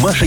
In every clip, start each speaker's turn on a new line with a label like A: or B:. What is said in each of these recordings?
A: Маша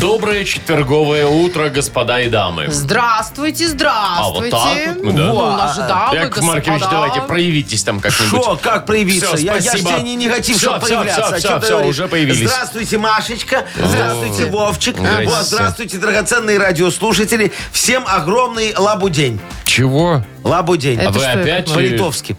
B: Доброе четверговое утро, господа и дамы.
C: Здравствуйте, здравствуйте.
B: А вот так вот, да.
C: Ну, у нас же, да, вы,
B: Яков Маркович,
C: господа.
B: давайте проявитесь там как-нибудь.
D: Что, как проявиться?
B: Всё,
D: я, я ж
B: спасибо.
D: тебе не негатив,
B: Всё,
D: чтобы
B: всё,
D: проявляться.
B: всё,
D: А
B: всё,
D: чё ты
B: всё,
D: говоришь?
B: уже появились.
D: Здравствуйте, Машечка. Здравствуйте, Вовчик.
B: Здрасте.
D: Вот, здравствуйте, драгоценные радиослушатели. Всем огромный лабудень.
E: Чего?
D: Лабудень.
C: Это
B: А Вы
C: что,
B: опять
C: Яков
D: По-литовски.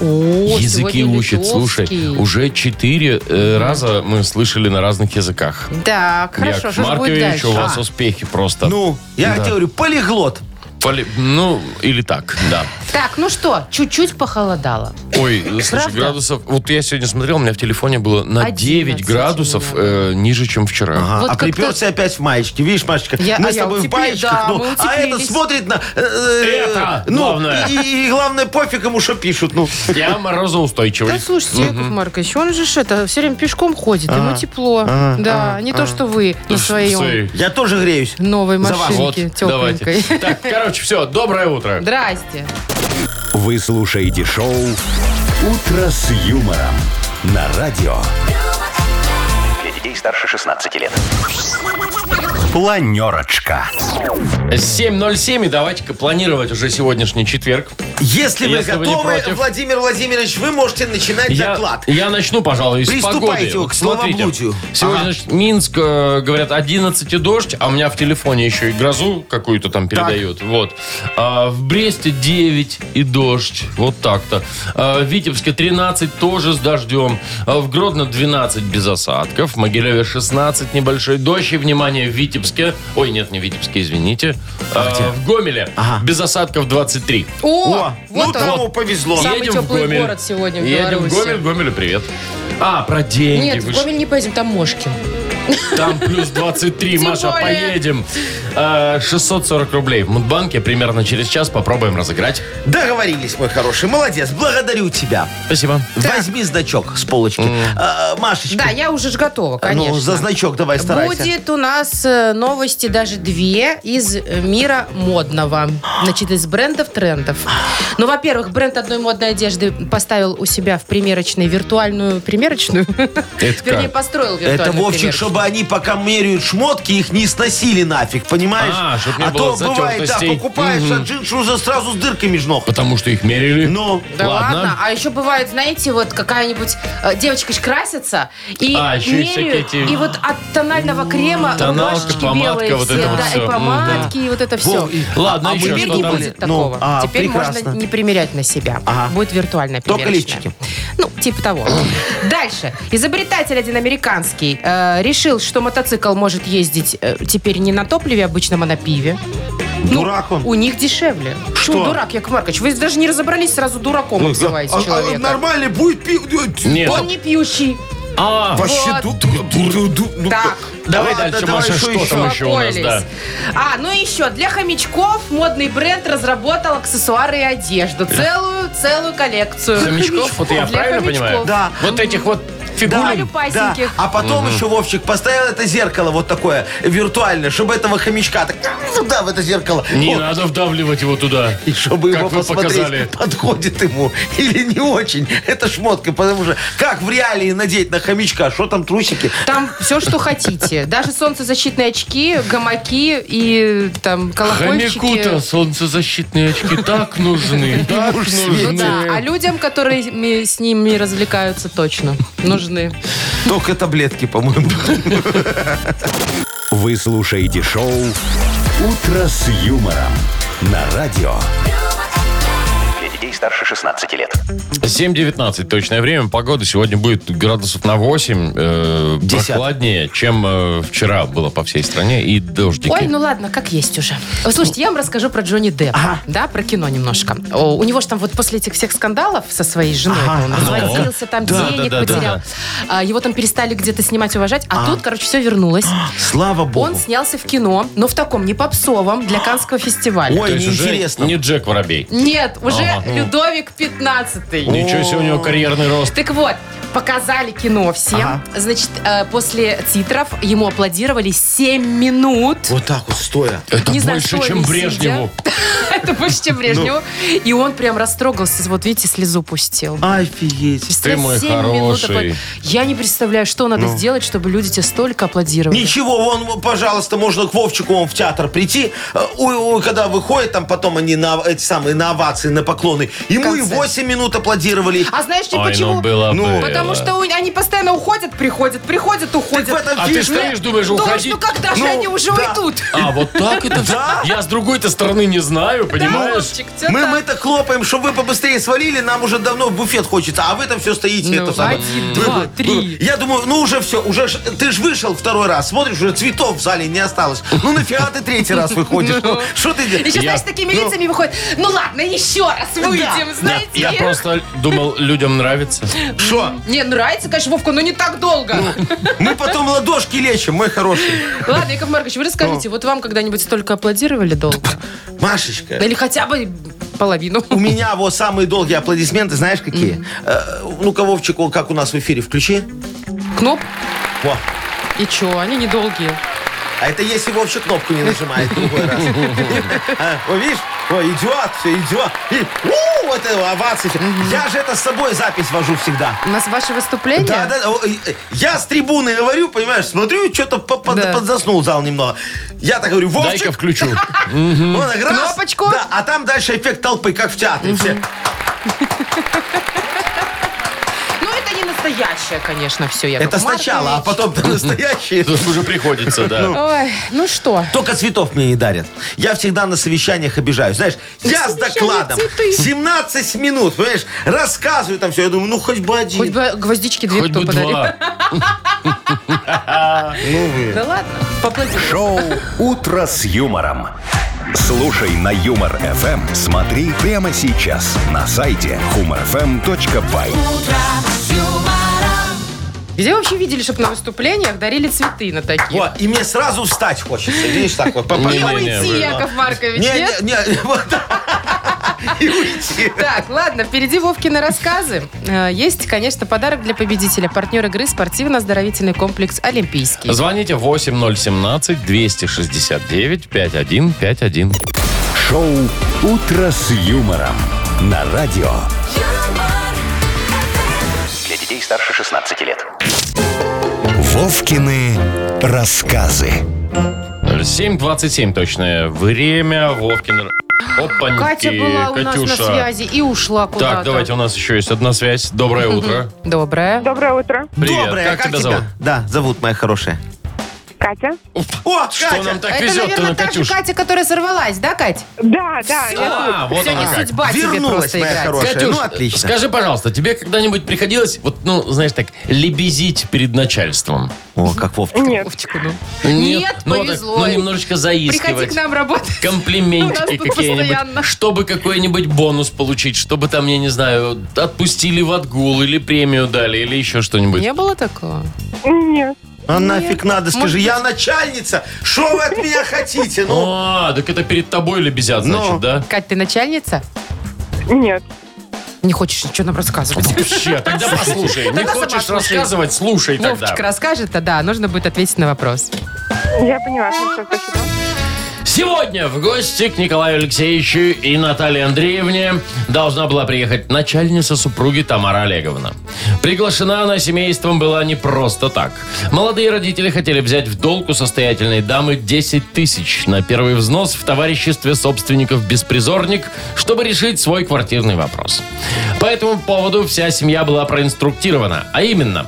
C: О,
B: Языки
C: сегодня
B: учат, слушай.
C: литовский.
B: Уже четыре э, раза мы слышали на разных языках.
C: Так, Ну, хорошо,
B: Яков
C: что же будет
B: Маркович,
C: дальше?
B: у вас
D: А.
B: успехи просто.
D: Ну, я тебе говорю, полиглот.
B: Поли- ну, или так, да.
C: Так, ну что, чуть-чуть похолодало.
B: Ой, э, слушай,
C: Правда?
B: градусов... Вот я сегодня смотрел, у меня в телефоне было на 9
C: 11
B: градусов
C: наверное.
B: э, ниже, чем вчера.
D: А,
C: Вот
D: а
C: как-то-
D: приперся опять в маечке. Видишь, Машечка,
C: Я-
D: мы
C: а
D: с
C: я
D: тобой в
C: утепле-
D: маечках,
C: да,
D: ну,
C: мы
D: а
C: утеплились.
D: этот смотрит на... э, э,
B: Это
D: ну,
B: главное.
D: И, и главное, пофиг ему, что пишут. Ну,
B: Я морозоустойчивый.
C: Да слушайте, Яков Маркович, он же ж это все время пешком ходит,
B: А,
C: ему тепло. да, не то, что вы на своем
B: Сэй.
D: я тоже греюсь.
C: новой
D: За вас.
B: Вот,
C: машинке тепленькой.
B: давайте. Так, короче, все, доброе утро.
C: Здрасте.
A: Вы слушаете шоу «Утро с юмором» на радио. Для детей старше 16 лет. Планерочка.
B: 7.07, и давайте-ка планировать уже сегодняшний четверг.
D: Если,
B: Если
D: вы
B: вы не
D: готовы,
B: против.
D: Владимир Владимирович, вы можете начинать доклад.
B: я начну, пожалуй, с
D: Приступайте
B: погоды. Вот
D: к
B: смотрите,
D: словоблудию.
B: Сегодня
D: Ага.
B: значит, Минск, э, говорят, 11 и дождь, а у меня в телефоне еще и грозу какую-то там передают. Вот. А, в Бресте 9 и дождь. Вот так-то. А, в Витебске 13 тоже с дождем. А, в Гродно 12 без осадков. В Могилеве 16 небольшой дождь. И, внимание, в Витебске... Ой, нет, не в Витебске, извините. А, в Гомеле
D: Ага.
B: без осадков 23.
C: О,
D: О, ну
C: вот он.
D: тому повезло.
C: Самый
B: Едем в
C: теплый
B: Гомель.
C: город сегодня в
B: Едем в
C: Беларуси.
B: Гомель, Гомелю привет. А, про деньги.
C: Нет,
B: Вы
C: в
B: ж-
C: Гомель не поедем, там Мошкин.
B: Там плюс 23,
C: Тем
B: Маша,
C: более.
B: поедем. А, 640 рублей в Мудбанке. Примерно через час попробуем разыграть.
D: Договорились, мой хороший. Молодец, благодарю тебя.
B: Спасибо.
D: Возьми значок с полочки. А, Машечка,
C: Да, я уже ж готова,
B: А,
D: ну, за
C: конечно.
D: значок давай старайся.
C: Будет у нас э, новости даже две из э, мира модного. Значит, из брендов трендов. Ну, во-первых, бренд одной модной одежды поставил у себя в примерочной виртуальную примерочную.
B: Это
C: Вернее,
B: как?
C: построил виртуальную
D: Это, Вовчик,
C: примерочную.
D: чтобы они пока меряют шмотки, их не сносили нафиг, понимаешь?
B: А, чтоб не было
D: то бывает, да,
B: затертостей.
D: покупаешь от джинсы уже сразу с дырками меж ног.
B: Потому что их мерили.
D: Ну,
C: Да
B: Ладно.
C: ладно. А еще бывает, знаете, вот какая-нибудь э, девочка ж красится и
B: А, еще и
C: меряют,
B: всякие эти-
C: и вот от тонального крема
B: Тоналка,
C: рубашечки
B: помадка,
C: белые
B: вот
C: все,
B: это вот
C: да,
B: всё.
C: и
B: М,
C: помадки, и вот это все.
D: Вов, и-
B: Ладно,
D: а
B: еще
C: Теперь
D: мы
B: что
C: не
B: там?
C: будет
D: Ну,
C: такого.
D: а,
C: Теперь
D: прекрасно.
C: можно не примерять на себя.
D: Ага.
C: Будет виртуальная
D: Только
C: примерочная.
D: лифчики.
C: Ну, типа того. Дальше. Изобретатель один американский э, решил, что мотоцикл может ездить э, теперь не на топливе обычном, а на пиве. Ну,
D: Дурак он.
C: У них дешевле.
D: Что?
C: Ну, дурак, Яков Маркович? Вы даже не разобрались, сразу дураком
B: Ну,
D: А-
C: называете
D: а-
C: человека.
D: нормально будет пи...
B: Нет.
C: Он не пьющий.
B: А,
D: Вообще,
C: Вот.
D: ду- ду- ду- ду- ну,
C: Так.
B: давай
D: Ладно,
B: дальше,
D: давай,
B: Маша, что
D: что
B: там еще у нас,
C: Успокоились.
B: да?
C: А, ну и еще, для хомячков модный бренд разработал аксессуары и одежду. Целую, целую коллекцию.
B: Хомячков, вот я
C: Для
B: правильно
C: хомячков.
B: понимаю?
D: Да.
B: Вот этих вот
D: Да,
B: фигурин.
D: да.
C: Малюпасеньких.
D: А потом еще Вовчик поставил это зеркало вот такое виртуальное, чтобы этого хомячка так туда в это зеркало.
B: Не
D: Вот.
B: надо вдавливать его туда.
D: И чтобы
B: Как
D: его
B: вы
D: посмотреть,
B: показали.
D: подходит ему или не очень. Это шмотка, потому что как в реалии надеть на хомячка? Что там трусики?
C: Там все, что хотите. Даже солнцезащитные очки, гамаки и там
B: Хомяку-то
C: колокольчики.
B: солнцезащитные очки так нужны, так
C: Ну да, а
B: нужны.
C: людям, которые ми- с ними развлекаются, точно нужны.
D: Только таблетки, по-моему.
A: Вы слушаете шоу «Утро с юмором» на радио. Для детей старше 16 лет.
B: 7.19 точное время. Погода сегодня будет градусов на 8. э,
D: Десяток.
B: прохладнее, чем э, вчера было по всей стране. И дождики.
C: Ой, ну ладно, как есть уже. Вы Слушайте, я вам расскажу про Джонни Деппа, да, про кино немножко. О, у него же там вот после этих всех скандалов со своей женой,
D: Ага,
C: он
D: ага.
C: разводился, там
B: Да,
C: денег
B: да, да, да,
C: потерял.
B: да.
C: А, его там перестали где-то снимать, уважать, а, тут, короче, все вернулось.
D: Слава богу.
C: Он снялся в кино, но в таком не попсовом, для Канского фестиваля.
D: Ой,
B: То есть уже
D: неинтересно.
B: не Джек Воробей.
C: Нет, уже
B: Ага. ну.
C: Людовик 15
B: Ничего себе у него карьерный рост.
C: Так вот, Показали кино всем.
D: Ага.
C: Значит, э, после титров ему аплодировали 7 минут.
D: Вот так вот, стоя.
B: Это
C: Не знаю,
B: больше,
C: что
B: чем
C: они
B: Брежневу.
C: Это больше,
B: Ну.
C: чем Брежневу. И он прям растрогался. Вот видите, слезу пустил.
D: Офигеть.
B: Ты мой
C: Семь минут
B: хороший. Ну.
C: апла- Я не представляю, что надо сделать, чтобы люди тебе столько аплодировали.
D: Ничего, вон, пожалуйста, можно к Вовчику вон в театр прийти. Э, Ой, ой, когда выходит, там потом они на эти самые на овации, на поклоны. Ему и
C: конце.
D: 8 минут аплодировали.
C: А знаешь ли
B: Ой, ну
C: почему?
B: было,
D: Ну,
B: было.
C: Потому что у- они постоянно уходят, приходят, приходят, уходят.
D: в этом
B: А ты
D: фишка.
B: стоишь, думаешь,
C: Думаешь,
B: уходи.
C: ну когда же
D: Ну,
C: они уже
D: да.
C: уйдут?
B: А, вот так это все? Я с другой-то стороны не знаю, понимаешь?
C: Вовчик, всё
D: Мы,
C: так.
D: мы-то хлопаем, чтобы вы побыстрее свалили, нам уже давно в буфет хочется, а вы там все стоите.
C: Ну,
D: это самое.
C: один,
D: Вы-
C: два,
D: вы-
C: три.
D: Я думаю, ну уже все, уже ж- ты же вышел второй раз, смотришь, уже цветов в зале не осталось. Ну нафига ты третий раз выходишь? Ну, что ты
C: И
D: делаешь?
C: сейчас, знаешь, с такими лицами выходит. Ну ладно, еще раз выйдем,
B: Да,
C: знаете.
B: я просто думал, людям нравится.
D: Что?
C: Не, нравится, конечно, Вовка, но не так долго.
B: Ну.
D: Мы потом ладошки лечим, мой хороший.
C: Ладно, Яков Маркович, вы расскажите,
B: Ну.
C: вот вам когда-нибудь столько аплодировали долго?
D: Машечка.
C: Да Или хотя бы половину.
D: У меня вот самые долгие аплодисменты, знаешь, какие? Э, Ну-ка, Вовчик, он как у нас в эфире, включи.
C: Кноп,
D: Во.
C: и чё, они недолгие.
D: А это если Вовчик кнопку не нажимает в другой раз. А, О, видишь? О, идет, все, идет. И, у, вот это овации. Я же это с собой запись вожу всегда.
C: У нас ваше выступление?
D: Да, да, да. О, и, э, я с трибуны говорю, понимаешь, смотрю, что-то под- под-
C: Да.
D: подзаснул зал немного. Я так говорю,
B: Дай-ка
D: Вовчик,
B: включу.
D: он так раз.
C: Кнопочку.
D: Да, а там дальше эффект толпы, как в театре. Все.
C: Ну, это не настоящее, конечно, все, Яков
D: Это сначала, а
C: Маркович.
D: потом настоящие.
B: Тут уже приходится, да.
C: Ой, ну что?
D: Только цветов мне не дарят. Я всегда на совещаниях обижаюсь. Знаешь, я с
C: совещании
D: докладом
C: цветы.
D: 17 минут, понимаешь, рассказываю там все. Я думаю, ну хоть бы один.
C: Хоть бы гвоздички две
B: Хоть
C: кто
B: бы
C: подарил.
B: два.
C: Да ладно, поаплодируем.
A: Шоу «Утро с юмором». Слушай на Юмор ФМ. Смотри прямо сейчас на сайте humorfm.by.
C: Где вообще видели, чтобы на выступлениях дарили цветы на такие?
D: Вот, и мне сразу встать хочется. Видишь, так вот. по- по-
B: Не,
C: И
B: не, не,
C: уйти,
B: вы-
C: Яков Маркович,
D: Не,
C: нет?
D: не, не, вот так. И уйти.
C: Так, ладно, впереди Вовкины рассказы. Э, Есть, конечно, подарок для победителя. Партнер игры спортивно-оздоровительный комплекс «Олимпийский».
B: Звоните 8017-269-5151.
A: Шоу «Утро с юмором» на радио.
E: Для детей старше 16 лет.
A: Вовкины рассказы.
B: 7.27 точное время. Вовкин... Опаньки,
C: Катя была у нас на
B: Катюша.
C: связи и ушла куда-то.
B: Так, давайте, у нас еще есть одна связь. Доброе утро.
C: Доброе.
F: Доброе утро.
B: Привет.
D: Доброе,
B: как, тебя зовут?
D: Да, зовут моя хорошая.
F: Катя?
D: О, Катя.
B: Что нам так
C: Это,
B: везет-то на
C: наверное, та же
B: Катюшу?
C: Катя, которая сорвалась, да, Кать?
F: Да, да. я-
B: А, вот
C: Сегодня
B: она как.
C: судьба тебе
D: Вернулась
C: просто
D: моя
C: играть.
D: хорошая. Слушай, ну, отлично.
B: скажи, пожалуйста, тебе когда-нибудь приходилось, вот, ну, знаешь, так, лебезить перед начальством?
D: О, как Вовчик.
F: Нет.
C: Вовчику, ну. Нет,
B: ну,
C: повезло.
B: ну, немножечко
C: Приходи
B: заискивать.
C: к нам работать. У нас
B: Комплиментики
C: тут
B: какие-нибудь,
C: постоянно.
B: чтобы какой-нибудь бонус получить, чтобы там, я не знаю, отпустили в отгул или премию дали, или еще что-нибудь.
C: Не было такого?
F: Нет.
D: А нафиг надо, скажи,
C: Может
D: я начальница. Что вы от меня хотите? Ну,
B: А, так это перед тобой лебезят, значит,
D: Ну.
B: да?
C: Кать, ты начальница?
F: Нет.
C: Не хочешь ничего нам рассказывать?
B: Вообще, тогда Ну, послушай. Не
C: Тогда сама
B: хочешь
C: слушай.
B: рассказывать, слушай тогда.
C: Вовчик расскажет, а да, нужно будет ответить на вопрос.
F: Я поняла. Хорошо, спасибо.
B: Сегодня в гости к Николаю Алексеевичу и Наталье Андреевне должна была приехать начальница супруги Тамара Олеговна. Приглашена она семейством была не просто так. Молодые родители хотели взять в долг у состоятельной дамы 10 тысяч на первый взнос в товариществе собственников «Беспризорник», чтобы решить свой квартирный вопрос. По этому поводу вся семья была проинструктирована. А именно,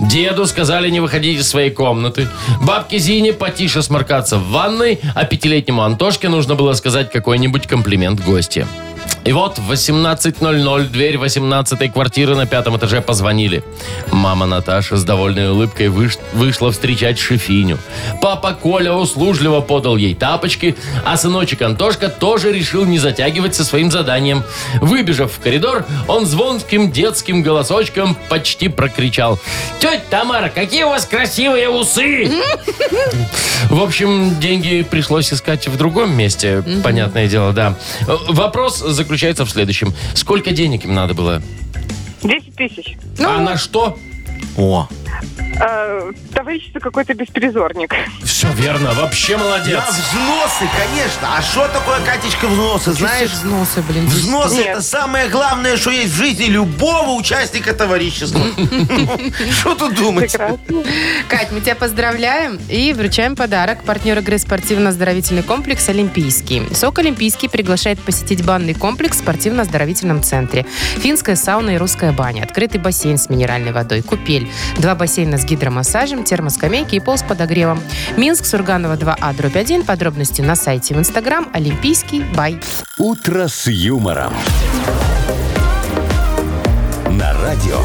B: деду сказали не выходить из своей комнаты, бабке Зине потише сморкаться в ванной, а пятилетнему Антошке нужно было сказать какой-нибудь комплимент гости. И вот в 18.00 дверь 18-й квартиры на пятом этаже позвонили. Мама Наташа с довольной улыбкой выш- вышла встречать шефиню. Папа Коля услужливо подал ей тапочки, а сыночек Антошка тоже решил не затягивать со своим заданием. Выбежав в коридор, он звонким детским голосочком почти прокричал. «Тетя Тамара, какие у вас красивые усы!» В общем, деньги пришлось искать в другом месте, понятное дело, да. Э, Вопрос заключается в следующем. Сколько денег им надо было?
F: 10 тысяч.
C: Ну,
B: а на что?
D: О,
F: Э, товарищество какой-то беспризорник.
B: Все верно, вообще молодец.
D: на взносы, конечно. А что такое, Катечка, взносы, знаешь?
C: взносы, блин.
D: Взносы
F: Нет.
D: это самое главное, что есть в жизни любого участника товарищества. Что тут думать?
F: Прекрасно.
C: Кать, мы тебя поздравляем и вручаем подарок. Партнер игры спортивно-оздоровительный комплекс «Олимпийский». СОК «Олимпийский» приглашает посетить банный комплекс в спортивно-оздоровительном центре. Финская сауна и русская баня, открытый бассейн с минеральной водой, купель, два бассейна с гидромассажем, термоскамейки и пол с подогревом. Минск, Сурганова 2А, дробь 1. Подробности на сайте в Инстаграм «Олимпийский бай».
A: «Утро с юмором». На радио.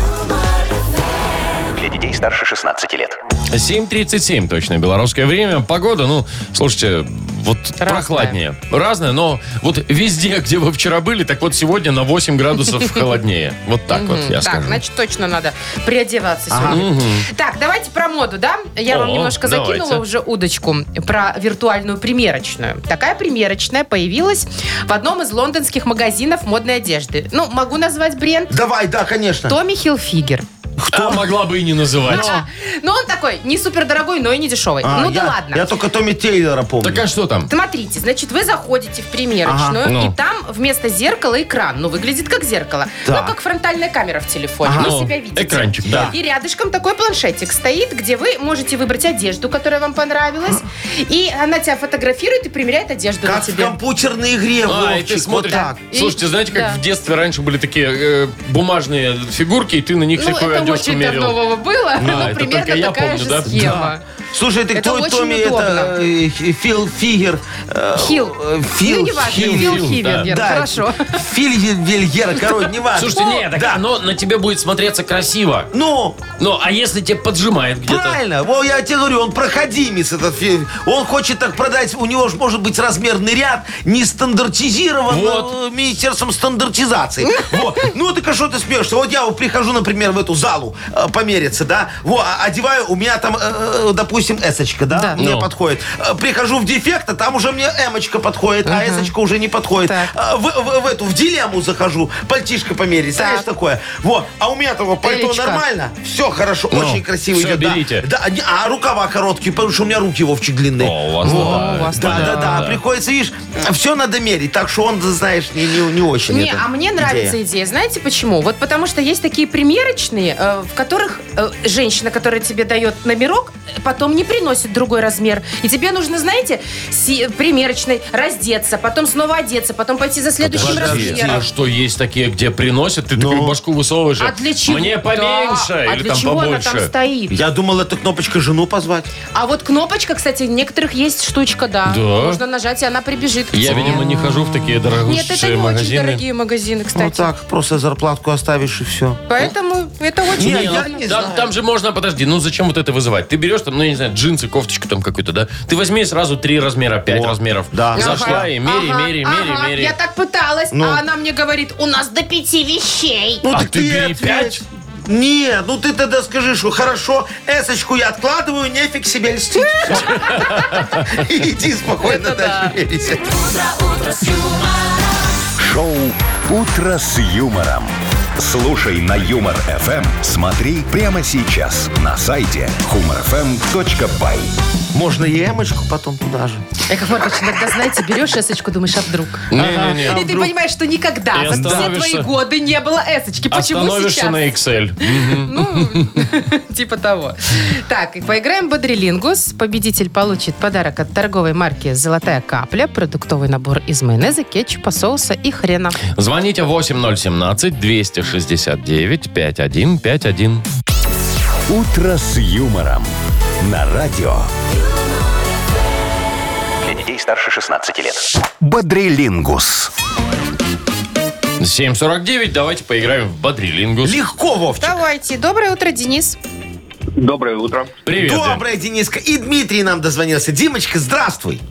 E: Для детей старше 16 лет.
B: 7.37 точно белорусское время. Погода, ну, слушайте, вот
C: Разная.
B: прохладнее. Разное, но вот везде, где вы вчера были, так вот сегодня на 8 градусов холоднее. Вот так вот, я
C: так,
B: скажу.
C: значит, точно надо приодеваться сегодня. Так, давайте про моду, да? Я вам
B: О,
C: немножко закинула
B: давайте.
C: уже удочку про виртуальную примерочную. Такая примерочная появилась в одном из лондонских магазинов модной одежды. Ну, могу назвать бренд
D: Давай, да, конечно.
C: Томми Хилфигер.
B: Кто могла бы и не называть.
C: а. Но он такой не супер дорогой, но и не дешевый.
D: А,
C: ну
D: я-
C: да ладно.
D: Я только Томми Тейлора помню.
B: Так а что там?
C: Смотрите, значит, вы заходите в примерочную,
B: Ага, ну.
C: и там вместо зеркала экран. Ну, выглядит как зеркало.
D: Так.
C: Ну, как фронтальная камера в телефоне.
D: Ага.
C: Вы
B: Ну,
C: себя видите.
B: экранчик, да.
C: И рядышком такой планшетик стоит, где вы можете выбрать одежду, которая вам понравилась. И она тебя фотографирует и примеряет одежду на
D: Как в
C: тебе.
D: компьютерной игре,
B: А, и
D: Вовчик,
B: ты смотришь.
D: вот так.
C: И-
B: Слушайте, знаете, как
C: да.
B: в детстве раньше были такие э, бумажные фигурки, и ты на них
C: Ну,
B: всякую
C: это
B: одежку
C: очень
B: мерил.
C: давно Вова, было,
B: Да,
C: но
B: это
C: примерно
B: только я
C: такая
B: помню,
C: же
B: да.
C: схема.
D: Слушай, ты
C: Это
D: кто
C: очень
D: Томми,
C: удобно.
D: это э, Фи- Фил Фигер. э,
C: Хилл.
D: э,
C: ну,
D: Фил
C: не важно, Фил,
D: Хилл.
B: Хилл,
C: Хивер,
B: да.
C: Вера, хорошо.
D: Филь Вильгера, короче, не важно. Ну,
B: Слушайте, не, так
D: да.
B: оно на тебе будет смотреться красиво.
D: Ну,
B: Ну, а если тебе поджимает где-то?
D: правильно. Во, я тебе говорю, он проходимец этот фильм. Он хочет так продать. У него же может быть размерный ряд, не стандартизирован
B: Вот.
D: э, министерством стандартизации. Вот. Ну, так а что ты смеешься? Вот я вот прихожу, например, в эту залу э, помериться, да? Во, а- одеваю, у меня там, э, э, допустим, эсочка, да?
C: Да.
D: Мне
B: Ну.
D: подходит. Э, Прихожу в дефект, а там уже мне эмочка подходит, а эсочка уже не подходит.
C: Так.
D: Э, В, в- в эту, в дилемму захожу, пальтишко померить,
C: Так.
D: знаешь, такое. Вот. А у меня того пальто
C: Элечка.
D: нормально, все хорошо,
B: Ну,
D: очень красиво
B: всё,
D: идет. да.
B: берите.
D: Да, не- а рукава короткие, потому что у меня руки вовчик длинные.
B: О, у вас
D: Во.
B: да.
C: у вас
D: да, да, да, Приходится, видишь, все надо мерить. Так что он, знаешь, не, не, не очень.
C: Не,
D: это
C: а мне нравится идея.
D: идея.
C: Знаете почему? Вот потому что есть такие примерочные, э, в которых э, женщина, которая тебе дает номерок, э, потом не приносит другой размер. И тебе нужно, знаете, си- примерочной раздеться, потом снова одеться, потом пойти за следующим
B: Подожди, а
C: размером.
B: что есть такие, где приносят, ты такую башку высовываешь?
C: А для чего?
B: Мне поменьше
C: Да.
B: или
C: а для
B: там
C: чего
B: побольше?
C: она там стоит?
D: Я думал, это кнопочка жену позвать.
C: А вот кнопочка, кстати, у некоторых есть штучка, да.
B: Да?
C: Можно нажать, и она прибежит к
B: Я,
C: тебе.
B: видимо, не хожу в такие
C: Нет, это
B: дорогущие
C: не очень
B: магазины.
C: дорогие магазины, кстати.
D: Ну, Вот так, просто зарплатку оставишь и все.
C: Поэтому это очень
D: Не, ну,
C: удобно.
D: я не
B: ну, Там,
D: знаю.
B: там же можно, подожди, ну зачем вот это вызывать? Ты берешь там, ну я не знаю, джинсы, кофточку там какую-то, да? Ты возьми сразу три размера, пять
D: О,
B: размеров.
D: да.
B: Зашла
C: Ага,
B: и мери,
C: ага,
B: мери,
C: ага.
B: мери, мери.
C: Я так пыталась,
D: Ну.
C: а она мне говорит, у нас до пяти вещей.
D: Ну,
B: А
D: так
B: ты бери
D: ответь.
B: пять.
D: Не, ну ты тогда скажи, что хорошо, эсочку я откладываю, нефиг себе льстить. Иди спокойно дальше мерить.
A: Шоу «Утро с юмором». Слушай на Юмор ФМ. Смотри прямо сейчас на сайте humorfm.by.
D: Можно и эмочку потом туда же.
C: Яков Маркович, иногда, знаете, берешь эсочку, думаешь, а вдруг?
B: Не-не-не.
C: И ты понимаешь, что никогда,
B: Ну, И
C: за все
B: остановишься.
C: твои годы не было эсочки. Почему
B: Остановишься
C: сейчас?
B: на Excel.
C: Типа того. Так, и поиграем в Бодрилингус. Победитель получит подарок от торговой марки «Золотая капля», продуктовый набор из майонеза, кетчупа, соуса и хрена.
B: Звоните 8017-269-5151.
A: «Утро с юмором» на радио.
E: Для детей старше 16 лет.
A: Бодрилингус.
B: 749, давайте поиграем в Бодрилингус.
D: Легко, Вовчик.
C: Давайте. Доброе утро, Денис.
G: Доброе утро.
B: Привет, Дэн.
D: Доброе, Дениска. И Дмитрий нам дозвонился. Димочка, здравствуй.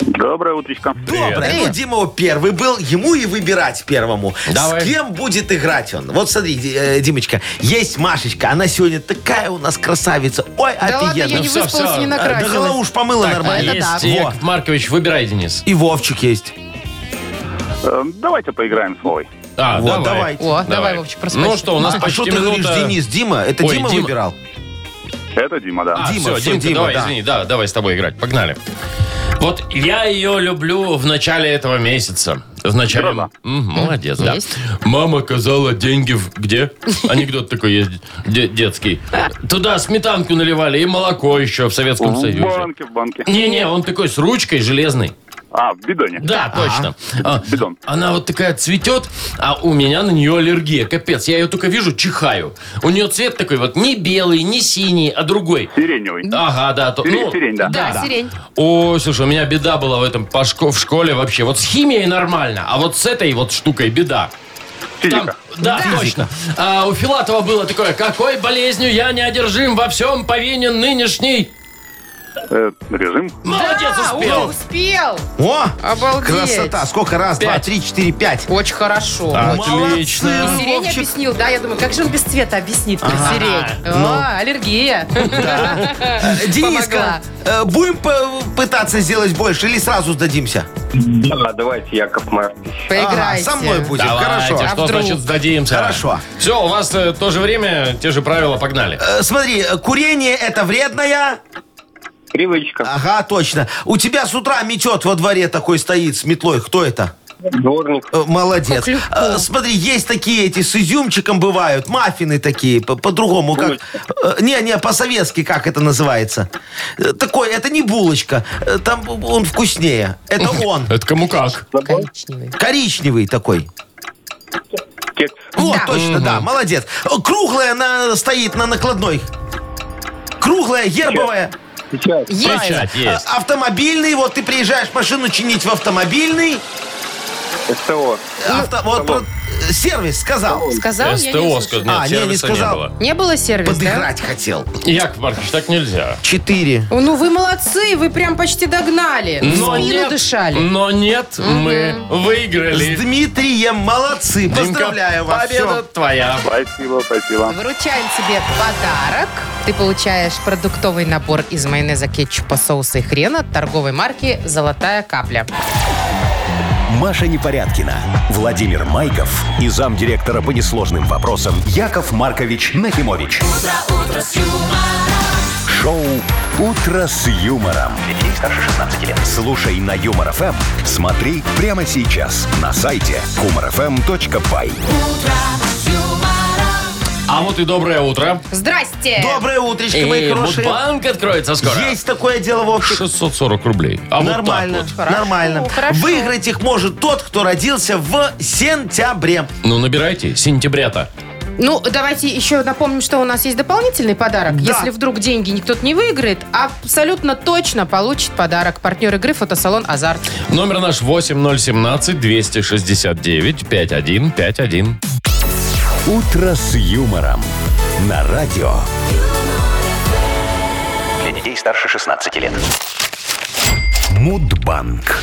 G: Доброе утречко.
D: Доброе. Ну, Дима вот первый был, ему и выбирать первому.
B: Давай.
D: С кем будет играть он? Вот смотри, Ди- э, Димочка, есть Машечка. Она сегодня такая у нас красавица. Ой,
C: Да ладно, я
D: офигенно.
C: не
B: всё,
C: выспалась,
B: всё.
C: не
B: Да
D: Э, Да
C: накрасилась.
D: голову уж помыла
B: Так,
D: нормально.
B: есть
C: да.
B: Яков Маркович, выбирай, Денис.
D: И Вовчик есть.
G: Э, Давайте поиграем в слой.
B: А,
D: Вот,
B: давай.
C: О,
D: давай.
C: давай,
B: Давай.
C: Вовчик, проспать.
B: Ну что, у нас
D: а что
B: почти
D: ты говоришь,
B: минута...
D: Денис? Дима? Это
B: Ой,
D: Дима,
B: Дима.
D: выбирал?
G: Это Дима, да.
B: А,
D: Дима,
B: всё,
D: всё,
B: Димка,
D: Дима,
B: давай,
D: да.
B: извини, да, давай с тобой играть. Погнали. Вот я ее люблю в начале этого месяца. В начале...
G: Гроза.
B: Мгм, молодец, да.
C: Есть.
B: Мама казала деньги в... Где? Анекдот такой есть де- детский. Туда сметанку наливали и молоко еще в Советском
G: в
B: Союзе.
G: банке, в банке.
B: Не-не, он такой с ручкой железной.
G: А, в бидоне.
B: Да, точно. А,
G: Бидон.
B: Она вот такая цветет, а у меня на нее аллергия. Капец, я ее только вижу, чихаю. У нее цвет такой вот не белый, не синий, а другой.
G: Сиреневый.
B: Ага, да. То,
G: Сирень,
B: ну,
G: сирень, да.
C: Да, сирень.
B: Ой, слушай, у меня беда была в этом по шко- в школе вообще. Вот с химией нормально, а вот с этой вот штукой беда. Там-
G: Физика.
B: да, точно. А, у Филатова было такое, какой болезнью я не одержим, во всем повинен нынешний.
G: Э, режим.
B: Молодец,
C: Да,
B: успел.
C: о, А, успел.
D: О,
C: Обалдеть.
D: красота. Сколько раз? Два,
B: Пять.
D: три, четыре, пять.
C: Очень хорошо.
B: Отлично.
D: Молодцы.
C: Сирень
D: Вовчик.
C: объяснил, да? Я думаю, как же он без цвета объяснит про сирень?
D: Ну.
C: А, аллергия.
D: Э,
C: Помогла.
D: Дениска, э, будем п- пытаться сделать больше или сразу сдадимся?
H: Да, А, давайте, Яков Маркович.
D: Ага,
C: Поиграйте.
D: со мной будем.
B: Давайте,
D: Хорошо.
C: А
B: что
C: вдруг?
B: значит сдадимся?
D: Хорошо.
B: Все, у вас э, то же время, те же правила, погнали.
D: Э, Смотри, э, курение это вредная.
B: А.
H: Привычка.
D: Ага, точно. У тебя с утра метет во дворе такой стоит с метлой. Кто это?
H: Дворник.
D: Э, Молодец.
C: Как легко.
D: Э, Смотри, есть такие эти с изюмчиком бывают, маффины такие, по- по-другому как... Э, Не, не, по-советски как это называется. Э, Такой, это не булочка, э, там он вкуснее. Это он,
B: Это кому как?
C: Коричневый.
D: коричневый такой.
G: Кекс.
D: Вот,
C: Да.
D: точно, да, молодец. Э, Круглая на- стоит на накладной. Круглая, гербовая.
C: Есть.
B: Печать есть.
D: Э, Автомобильный, вот ты приезжаешь машину чинить в автомобильный.
H: СТО.
B: Ну,
D: Авто- вот про- э, сервис сказал.
C: Сказал, я не
B: СТО, сказал,
C: услышала.
B: нет,
D: А, не, не
B: сервиса не,
D: сказал.
B: было.
C: Не было сервиса, да?
D: Подыграть хотел.
B: Яков Маркович, так нельзя.
D: Четыре.
C: О, Ну вы молодцы, вы прям почти догнали. В спину дышали.
B: но нет, мы
D: С
B: выиграли.
D: Дмитрием молодцы.
B: Димка,
D: Поздравляю вас.
B: Победа
D: Всё.
B: твоя.
G: Спасибо, спасибо.
C: Вручаем тебе подарок. Ты получаешь продуктовый набор из майонеза, кетчупа, соуса и хрена от торговой марки «Золотая капля».
A: Маша Непорядкина, Владимир Майков и замдиректора по несложным вопросам Яков Маркович Нахимович. Шоу Утро с юмором. Детей старше 16 лет. Слушай на юмор ФМ. Смотри прямо сейчас на сайте humorfm.by.
B: А вот и доброе утро.
C: Здрасте!
D: Доброе утречко, мои
B: И
D: хорошие.
B: Э, Мудбанк откроется скоро.
D: Есть такое дело в общем.
B: 640 рублей. А вот так
D: нормально,
B: вот.
C: Хорошо,
D: нормально.
C: хорошо.
D: Выиграть их может тот, кто родился в сентябре.
B: Ну, набирайте сентября-то.
C: Ну, давайте еще напомним, что у нас есть дополнительный подарок. Если вдруг деньги никто не выиграет, абсолютно точно получит подарок. Партнер игры «Фотосалон Азарт».
B: Номер наш 8017-269-5151.
A: Утро с юмором. На радио.
E: Для детей старше 16 лет.
A: Мудбанк.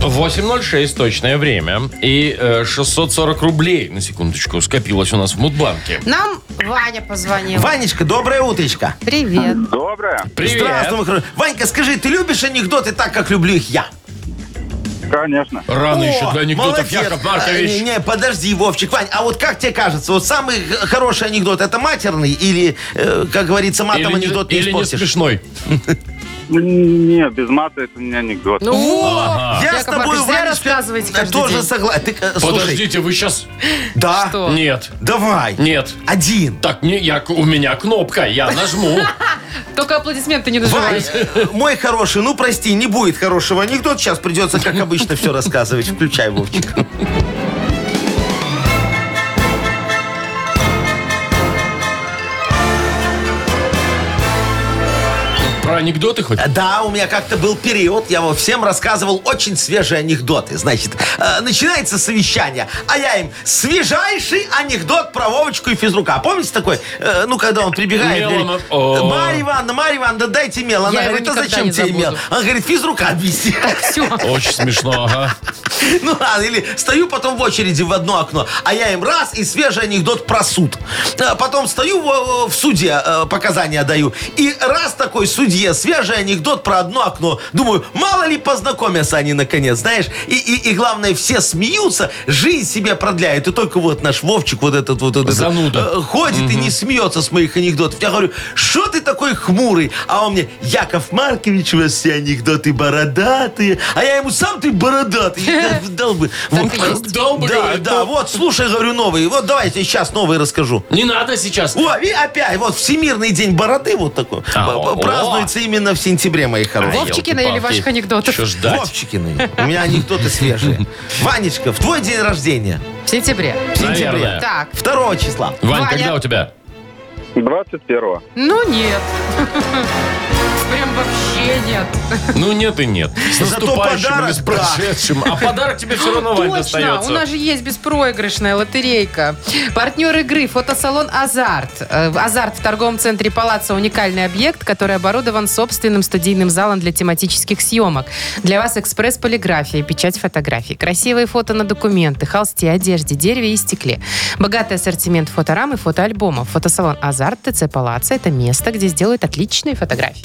B: 8.06 точное время. И э, 640 рублей, на секундочку, скопилось у нас в Мудбанке.
C: Нам Ваня позвонил.
D: Ванечка, доброе утречко.
C: Привет.
G: Доброе.
B: Привет.
D: Здравствуй, мой хороший. Ванька, скажи, ты любишь анекдоты так, как люблю их я?
G: Конечно.
B: Рано
D: О,
B: еще для анекдотов,
D: молодец.
B: Яков
D: А,
B: Маркович.
D: Не, не, подожди, Вовчик, Вань, а вот как тебе кажется, вот самый х- хороший анекдот это матерный или, э, как говорится, матом
B: Или, не,
D: анекдот не,
B: или не
D: испортишь?
B: смешной.
G: Ну, Не, без мата это не анекдот.
C: Ну,
B: Ага.
D: Я
C: Яков
D: с тобой,
C: Маркович, зря
D: Ванечка, э,
C: рассказываете каждый
D: тоже
C: день.
D: согласен. Слушай,
B: Подождите, вы сейчас...
D: да,
C: Что?
B: Нет,
D: давай.
B: нет.
D: Один.
B: Так, не, я, у меня кнопка, я нажму.
C: только аплодисменты не
D: Вань,
C: доживают.
D: э, мой хороший, ну прости, не будет хорошего анекдота. Сейчас придется, как обычно, все рассказывать. Включай, Вовчик.
B: Про анекдоты хоть?
D: Да, у меня как-то был период, я вам всем рассказывал очень свежие анекдоты. Значит, э, начинается совещание, а я им свежайший анекдот про Вовочку и физрука. А Помните такой? Э, Ну, когда он прибегает,
B: Меломов.
D: говорит,
B: О.
D: Марья Ивановна, Марья Ивановна, дайте мел. Она
C: Я его
D: говорит, а
C: никогда
D: зачем
C: не
D: тебе
C: забуду.
D: мел? Он говорит, физрука обвести.
C: Все.
B: Очень смешно, ага.
D: Ну ладно, или стою потом в очереди в одно окно, а я им раз и свежий анекдот про суд. Э, Потом стою в, э, в суде, э, показания даю, и раз такой судье свежий анекдот про одно окно. Думаю, мало ли познакомятся они наконец, знаешь. И, и, и главное, все смеются, жизнь себе продляет. И только вот наш Вовчик вот этот вот... этот,
B: Зануда.
D: э, Ходит и не смеется с моих анекдотов. Я говорю, что ты такой хмурый? А он мне, Яков Маркович, у вас все анекдоты бородатые. А я ему, сам ты бородатый. Я дал бы. Вот.
C: и есть.
B: Дал бы,
D: Да,
B: говорит, ну.
D: да, вот, слушай, говорю, новые. Вот давайте сейчас новые расскажу.
B: Не надо сейчас.
D: О, и опять, вот Всемирный день бороды вот такой.
B: А,
D: Б- б-
B: о.
D: Или именно в сентябре, мои хорошие.
C: Вовчикина или ваших анекдотов?
B: Что ждать?
D: Вовчикины. У меня анекдоты свежие. Ванечка, в твой день рождения.
C: В сентябре.
D: В сентябре.
B: Наверное.
C: Так,
D: 2 числа.
B: Вань,
C: Ваня.
B: когда у тебя?
H: 21-го.
C: ну нет. Прям вообще нет.
B: Ну нет и нет. С
D: Зато
B: наступающим
D: подарок,
B: или с прошедшим. А подарок тебе все равно, Вань,
C: Точно, у
B: достается.
C: нас же есть беспроигрышная лотерейка. Партнер игры фотосалон «Азарт». Э, в «Азарт» в торговом центре «Палаца» уникальный объект, который оборудован собственным студийным залом для тематических съемок. Для вас экспресс-полиграфия, и печать фотографий, красивые фото на документы, холсте, одежде, дереве и стекле. Богатый ассортимент фоторам и фотоальбомов. Фотосалон «Азарт» ТЦ «Палаца» — это место, где сделают отличные фотографии.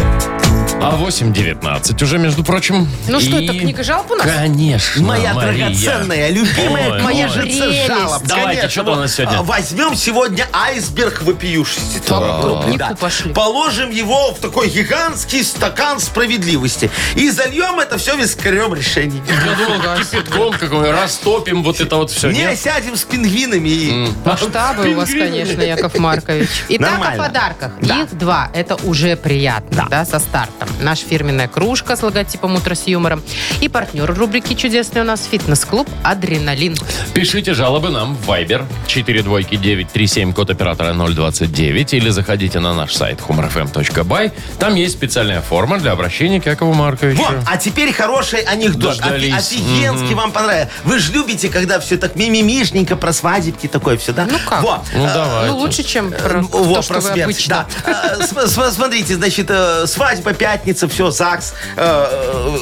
B: А 8.19 уже, между прочим.
C: Ну что,
B: И-
C: это книга жалоб у нас?
B: Конечно,
D: Моя
B: Мария.
D: драгоценная, любимая
B: Ой,
C: моя
D: книжица
C: прелесть.
D: жалоб.
B: Давайте,
D: Конечно,
B: что-то у нас
D: вот,
B: сегодня?
D: а, Возьмем сегодня айсберг вопиюшести.
C: Клубнику пошли.
D: Положим его в такой гигантский стакан справедливости. И зальем это все вискарем решений.
B: Я думал, кипятком какой растопим вот это вот все.
D: Не сядем с пингвинами и...
C: Масштабы Ну у вас, конечно, Яков Маркович. Итак,
D: Нормально.
C: о подарках. Их два. Это уже приятно, да. со стартом. Наша фирменная кружка с логотипом «Утро с юмором». И партнер рубрики «Чудесный у нас» фитнес-клуб «Адреналин». Ну,
B: Пишите жалобы нам в Viber 42937, код оператора 029, или заходите на наш сайт humorfm.by. Там есть специальная форма для обращения к Якову Марковичу.
D: Вот, а теперь хороший анекдот.
B: Дождались.
D: Офи- Офигенский вам понравился. Вы же любите, когда все так мимимишненько, про свадебки такое все, да?
C: Ну как?
D: Вот.
B: Ну
D: Э,
B: давайте.
C: Ну, лучше, чем про
D: Э,
C: то,
D: во,
C: что
D: про
C: вы
D: смерть,
C: обычно.
D: да. Э, см- см- Смотрите, значит, э, свадьба, пятница, все, ЗАГС. Э,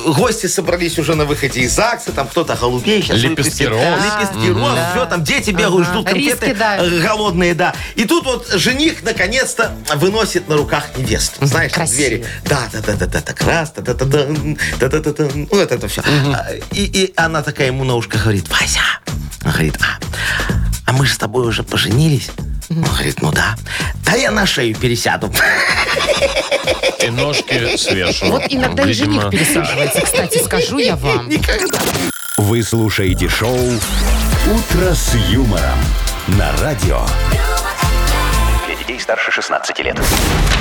D: э, Гости собрались уже на выходе из ЗАГСа, там кто-то голубей. Сейчас
B: Лепестки роз.
D: Лепестки роз, все, там дети бегают,
C: Ага.
D: ждут
C: Риски,
D: конфеты.
C: да.
D: э, Голодные, да. И тут вот жених наконец-то выносит на руках невесту. Знаешь,
C: Красиво.
D: двери. Да, да, да, да, да, так раз, да, да, да, да, да, да, да, да, ну, вот это все. И, и она такая ему на ушко говорит, Вася, она говорит, а, а мы же с тобой уже поженились. Он говорит, ну да. Да я на шею пересяду.
B: И ножки свешу.
C: Вот иногда и
B: Видимо,
C: жених пересаживается, кстати, скажу я вам.
D: ну.
A: Вы слушаете шоу «Утро с юмором». На радио.
E: Для детей старше 16 лет.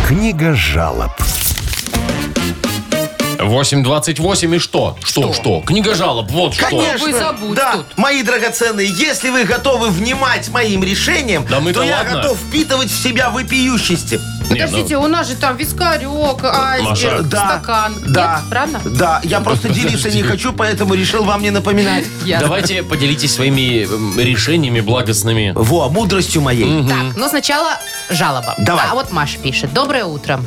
A: Книга жалоб.
B: 8.28 и что? Что, что? Книга жалоб, вот что.
D: Конечно.
C: Вы забудь
D: да,
C: тут.
D: мои драгоценные, если вы готовы внимать моим решениям,
B: Да мы-то
D: то я
B: ладно.
D: готов впитывать в себя вопиющести.
B: Не, ну,
C: Подождите, у нас же там вискарек, айсберг,
B: Маша.
D: Да,
C: стакан.
D: да,
C: Нет, правда?
D: Да,
B: Ну,
D: я просто делиться не хочу, поэтому решил вам не напоминать.
C: Я-
B: Давайте поделитесь своими эм, решениями благостными.
D: Во, мудростью моей.
C: Так, но сначала жалоба.
D: Давай.
C: А вот Маша пишет. Доброе утро.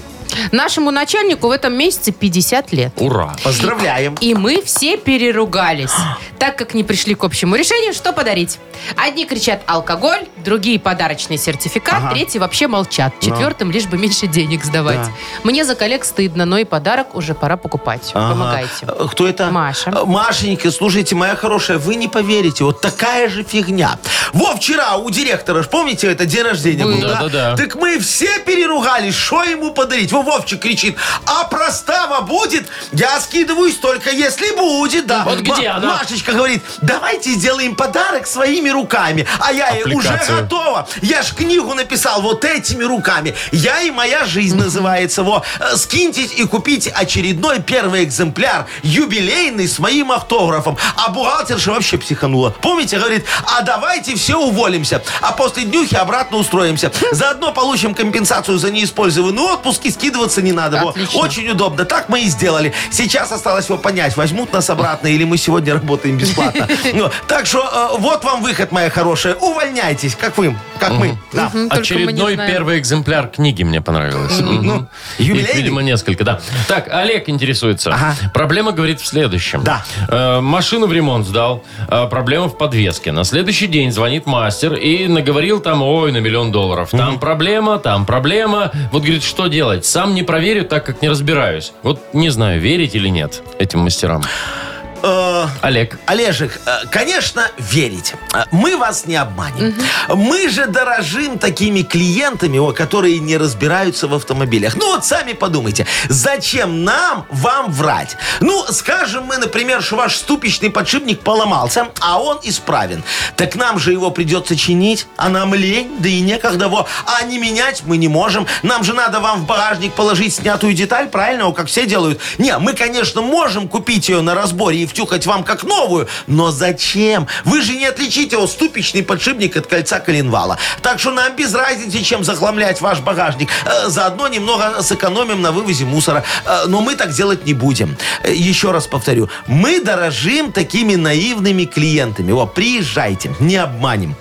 C: Нашему начальнику в этом месяце 50 лет.
B: Ура.
D: Поздравляем.
C: И мы все переругались, так как не пришли к общему решению, что подарить. Одни кричат алкоголь, другие подарочный сертификат, третьи вообще молчат,
D: Ну.
C: четвертым лишь бы меньше денег сдавать. Мне за коллег стыдно, но и подарок уже пора покупать.
D: Ага.
C: Помогайте.
D: Э, Кто это?
C: Маша.
D: Э, Машенька, слушайте, моя хорошая, вы не поверите, вот такая же фигня. Во, вчера у директора, ж помните, это день рождения был,
B: Был. Да-да-да.
D: Так мы все переругались, что ему подарить. Во, Вовчик кричит, а простава будет? Я скидываюсь только если будет, да.
B: Вот где она?
D: Машечка говорит, давайте сделаем подарок своими руками. А я ей уже
B: Аппликацию.
D: готова. Я ж книгу написал вот этими руками. Я и моя жизнь называется. Во, Э, скиньтесь и купите очередной первый экземпляр, юбилейный с моим автографом. А бухгалтерша вообще психанула. Помните, говорит, а давайте все уволимся, а после днюхи обратно устроимся. Заодно получим компенсацию за неиспользованный отпуск и скидку скидываться не надо. Во.
C: Отлично.
D: Очень удобно. Так мы и сделали. Сейчас осталось его понять, возьмут нас обратно или мы сегодня работаем бесплатно. Ну, Так что э, вот вам выход, моя хорошая. Увольняйтесь, как вы, как мы. Да.
C: Мгм, только мы не
B: Очередной
C: знаем.
B: первый экземпляр книги мне понравилось. Мгм. Их,
D: юбилейный?
B: видимо, несколько, да. Так, Олег интересуется.
D: Ага.
B: Проблема, говорит, в следующем.
D: Да.
B: Э, машину в ремонт сдал, э, проблема в подвеске. На следующий день звонит мастер и наговорил там, ой, на миллион долларов. Там проблема, там проблема. Вот, говорит, что делать? Сам не проверю, так как не разбираюсь. Вот не знаю, верить или нет этим мастерам.
D: Э,
B: Олег.
D: Олежек, э, конечно, верить. Э, Мы вас не обманем. Мы же дорожим такими клиентами, о, которые не разбираются в автомобилях. Ну вот сами подумайте, зачем нам вам врать? Ну, скажем мы, например, что ваш ступичный подшипник поломался, а он исправен. Так нам же его придется чинить, а нам лень, да и некогда во. А не менять мы не можем. Нам же надо вам в багажник положить снятую деталь, правильно, О, как все делают. Не, мы, конечно, можем купить ее на разборе и втюхать вам как новую, но зачем? Вы же не отличите его ступичный подшипник от кольца коленвала. Так что нам без разницы, чем захламлять ваш багажник. Э, Заодно немного сэкономим на вывозе мусора. Э, Но мы так делать не будем. Э, Еще раз повторю, мы дорожим такими наивными клиентами. О, приезжайте, не обманем.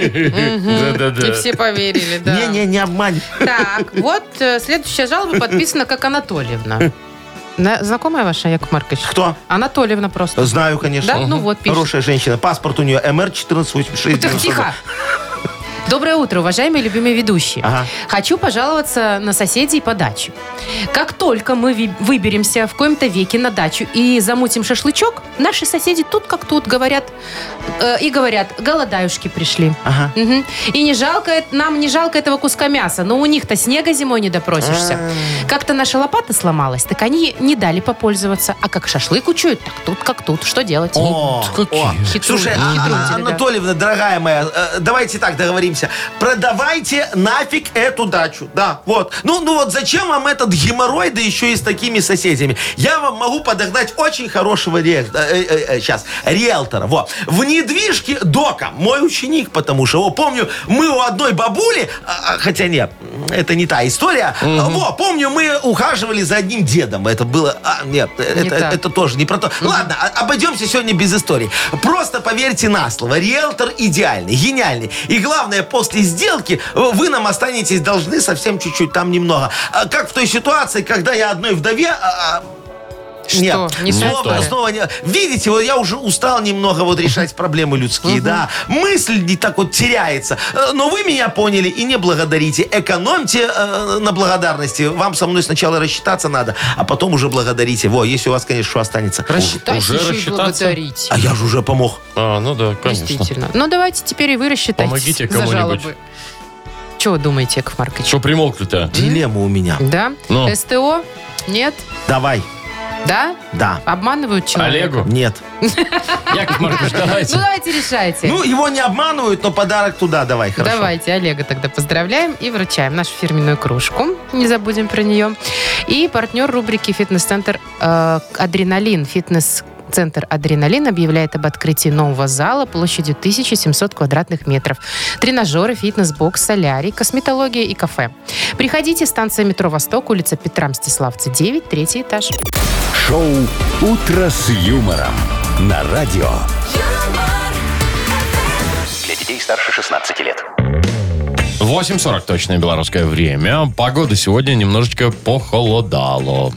C: И все поверили, да.
D: Не-не, Э, не обманем.
C: Так, вот э, следующая жалоба подписана как Анатольевна. На- Знакомая ваша, Яков Маркович?
D: Кто?
C: Анатольевна просто.
D: Знаю, конечно.
C: Да? Ну вот, пишет.
D: Хорошая женщина. Паспорт у нее МР
C: Так,
D: 1486.
C: тихо. Доброе утро, уважаемые и любимые ведущие.
D: Ага.
C: Хочу пожаловаться на соседей по даче. Как только мы ви- выберемся в коем-то веке на дачу и замутим шашлычок, наши соседи тут как тут говорят э, и говорят, голодаюшки пришли.
D: Ага.
C: Мгм. И не жалко, э- нам не жалко этого куска мяса, но у них-то снега зимой не допросишься.
D: А.
C: Как-то наша лопата сломалась, так они не дали попользоваться. А как шашлык учуют, так тут как тут, что делать?
D: О,
B: какие.
D: о.
C: Хитру-
D: Слушай, а-
C: хитрунтили,
D: а-
C: да.
D: Анатольевна, дорогая моя, э, давайте так договоримся. Продавайте нафиг эту дачу. Да, вот. Ну, ну вот зачем вам этот геморрой, да еще и с такими соседями? Я вам могу подогнать очень хорошего э, сейчас, риэлтора. Во. В недвижке Дока, мой ученик, потому что, о, помню, мы у одной бабули, а, а, хотя нет, это не та история. Во, помню, мы ухаживали за одним дедом. Это было... а, нет,
C: Не
D: это,
C: так.
D: это тоже не про то. Ладно, а- обойдемся сегодня без историй. Просто поверьте на слово, риэлтор идеальный, гениальный. И главное, после сделки э, вы нам останетесь должны совсем чуть-чуть, там немного. А Как в той ситуации, когда я одной вдове... а, а, Нет,
C: Не
D: снова,
C: то.
D: снова не- Видите, вот я уже устал немного вот решать проблемы людские, да. Мысль не так вот теряется. Э, Но вы меня поняли и не благодарите. Экономьте э, на благодарности. Вам со мной сначала рассчитаться надо, а потом уже благодарите. Во, если у вас, конечно, что останется.
B: Уже
C: Рассчитайся еще и
B: рассчитаться?
C: благодарить.
D: А я же уже помог.
B: А, ну да, конечно.
C: Действительно. Ну, давайте теперь и вы рассчитайтесь
B: Помогите
C: за
B: кому-нибудь.
C: жалобы. Чего думаете, Яков Маркович?
B: Что примолкли-то?
D: Дилемма у меня.
C: Да?
B: Ну.
C: СТО? Нет?
D: Давай.
C: Да?
D: Да.
C: Обманывают человека?
B: Олегу?
D: Нет.
B: Яков Маркович,
C: Ну,
B: давайте.
C: давайте решайте.
D: Ну, его не обманывают, но подарок туда давай, хорошо.
C: Давайте Олега тогда поздравляем и вручаем нашу фирменную кружку. Не забудем про нее. И партнер рубрики «Фитнес-центр э, Адреналин». Фитнес Центр «Адреналин» объявляет об открытии нового зала площадью 1700 квадратных метров. Тренажеры, фитнес-бокс, солярий, косметология и кафе. Приходите, станция метро «Восток», улица Петра Мстиславца, 9, третий этаж.
A: Шоу «Утро с юмором» на радио.
E: Для детей старше 16 лет.
B: 8.40 точное белорусское время. Погода сегодня немножечко похолодала.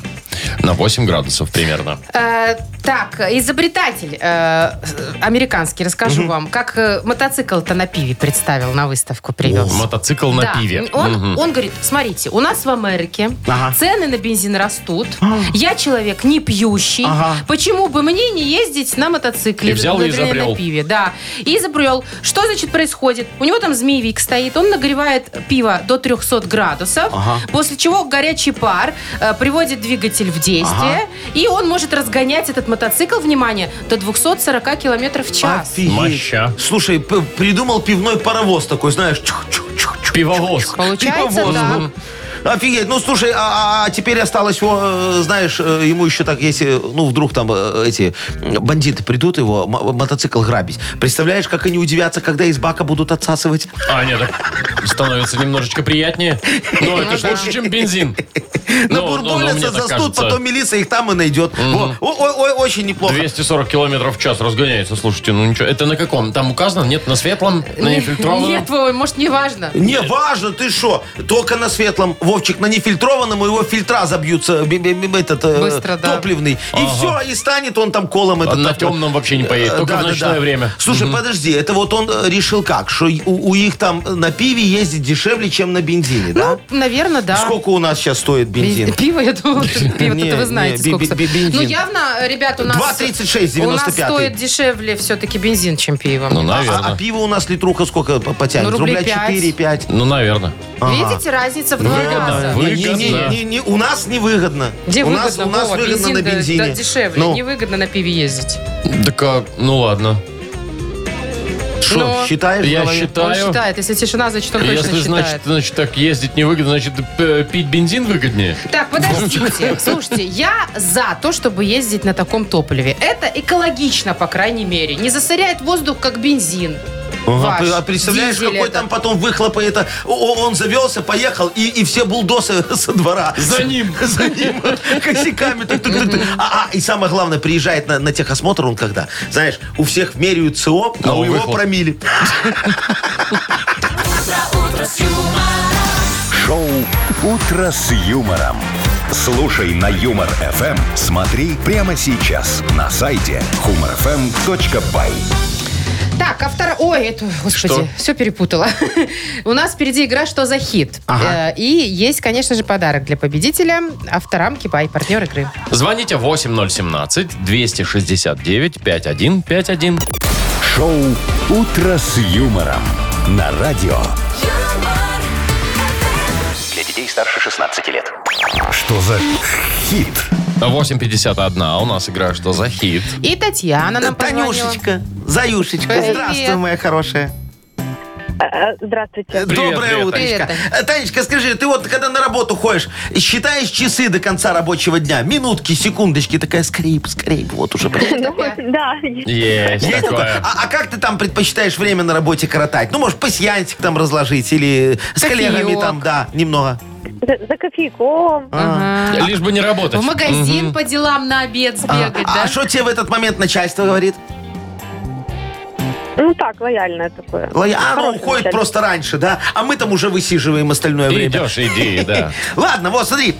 B: На 8 градусов примерно.
C: Э, так, изобретатель э, американский, расскажу вам, как э, мотоцикл-то на пиве представил, на выставку привез.
B: Мотоцикл на
C: Да.
B: пиве.
C: Он,
B: Мгм.
C: он говорит, смотрите, у нас в Америке
D: Ага.
C: цены на бензин растут,
B: А.
C: я человек не пьющий,
D: Ага.
C: почему бы мне не ездить на мотоцикле,
B: И взял и
C: на, вернее,
B: изобрел.
C: на пиве, да, и изобрел. Что значит происходит? У него там змеевик стоит, он нагревает пиво до 300 градусов,
D: Ага.
C: после чего горячий пар э, приводит двигатель в действие,
D: Ага.
C: и он может разгонять этот мотоцикл, внимание, до 240 километров в час.
D: Офигеть.
B: Моща.
D: Слушай, п- придумал пивной паровоз такой, знаешь, чух-чух-чух-чух.
B: Пивовоз.
C: Получается,
D: Пивовоз,
C: да.
D: ну. Офигеть. Ну, слушай, а, а теперь осталось, его, э, знаешь, э, ему еще так, если, ну, вдруг там э, эти м, бандиты придут его м- э, мотоцикл грабить. Представляешь, как они удивятся, когда из бака будут отсасывать?
B: А, нет, так становится немножечко приятнее. Но
D: Ну
B: это же лучше, чем бензин.
D: На
B: Ну, ну, ну, мне
D: бурбулиса
B: так
D: заснут,
B: кажется.
D: потом милиция их там и найдет. Во. О- о- о- Очень неплохо.
B: 240 километров в час разгоняется, слушайте, ну ничего. Это на каком? Там указано? Нет, на светлом? На нефильтрованном?
C: Нет, Вова, может, не важно.
D: Не важно, ты что? Только на светлом, Вовчик, на нефильтрованном его фильтра забьются, б- б- б- этот э,
C: Быстро, да.
D: топливный. И все, и станет он там колом этот.
B: А на
D: так вот.
B: темном вообще не поедет,
D: Э,
B: только
D: да,
B: в
D: да,
B: ночное
D: да.
B: время.
D: Слушай, подожди, это вот он э, решил как? Что и- у, у них там э, на пиве ездить дешевле, чем на бензине, да?
C: Наверное, Ну, да.
D: Сколько у нас сейчас стоит бензин?
C: Пиво, я думала, что
D: Не,
C: пиво-то вы
D: не,
C: знаете
D: бе-
C: сколько.
D: бе- бе-
C: стоит.
D: бензин.
C: Ну, явно, ребят, у нас...
D: 2,36,
C: У нас
D: 95.
C: стоит дешевле все-таки бензин, чем пиво.
B: Ну,
D: А, а- а
B: наверное.
D: пиво у нас литруха сколько по- потянет?
C: Ну, рублей пять.
D: 4-5.
B: Ну, наверное.
C: Видите, разница в два
B: Выгодно,
C: раза.
B: вы-
D: Не, не,
B: Выгодно.
D: не, не, у нас невыгодно.
C: Где
D: у нас,
C: выгодно,
D: у нас
C: Вова,
D: выгодно на
C: бензин-то, да,
D: бензине.
C: дешевле,
D: Ну,
C: невыгодно на пиве ездить.
B: Да как? Ну, ладно.
D: что,
C: Но-
D: считаешь? в
B: Я
D: голове?
C: Он
B: считаю... А
C: считает, если тишина, значит, он точно
B: Если,
C: считает.
B: значит, значит, так ездить невыгодно, значит, п- пить бензин выгоднее.
C: Так, подождите. Слушайте, я за то, чтобы ездить на таком топливе. Это экологично, по крайней мере. Не засоряет воздух, как бензин.
D: Ага,
C: Ваш
D: пре- а представляешь,
C: дизель
D: какой
C: этот.
D: там потом выхлоп, и это о- он завелся, поехал, и, и все булдосы со двора.
B: За ним.
D: За ним. Косяками. тук, тук, тук, тук. А, а, и самое главное, приезжает на, на техосмотр он когда. Знаешь, у всех меряют ЦО, а
B: А
D: у
B: у
D: его
B: выхлоп?
D: промили.
A: Шоу «Утро с юмором». Слушай на Юмор ФМ. Смотри прямо сейчас на сайте humorfm.by.
C: Так, автор... Ой, это, господи,
B: Что?
C: все перепутала. У нас впереди игра «Что за хит?». Э, И есть, конечно же, подарок для победителя. Авторам Кипай, партнер игры.
B: Звоните 8017-269-5151.
A: Шоу «Утро с юмором» на радио.
I: юмор,
E: Для детей старше 16 лет.
A: Что за хит?
B: 8.51, а у нас игра «Что за хит?»
C: И Татьяна нам позвонила.
D: Танюшечка, Заюшечка,
C: Привет.
D: здравствуй, моя хорошая.
F: Э, Здравствуйте.
B: Э, Привет,
D: Доброе
B: привет,
D: утречко.
C: Танечка.
D: Э, Танечка, скажи, ты вот когда на работу ходишь, считаешь часы до конца рабочего дня, минутки, секундочки, такая скорее, бы, скорее, бы, вот уже. пошла.
F: Да,
B: Есть
D: Есть такое?
B: такое.
D: А, а как ты там предпочитаешь время на работе коротать? Ну, может, пассиантик там разложить или с
C: Кофеек.
D: коллегами там, да, немного.
F: за, за кофейком.
C: Ага.
B: Лишь бы не работать.
C: Э, В магазин по делам на обед сбегать, да?
D: А что тебе в этот момент начальство говорит?
F: Ну так, лояльное такое.
D: Лоя- А, ну,
F: Хороший
D: уходит
F: начальник.
D: просто раньше, да? А мы там уже высиживаем остальное
B: Мгм.
D: время.
B: Идешь, иди, да.
D: Ладно, вот, смотри.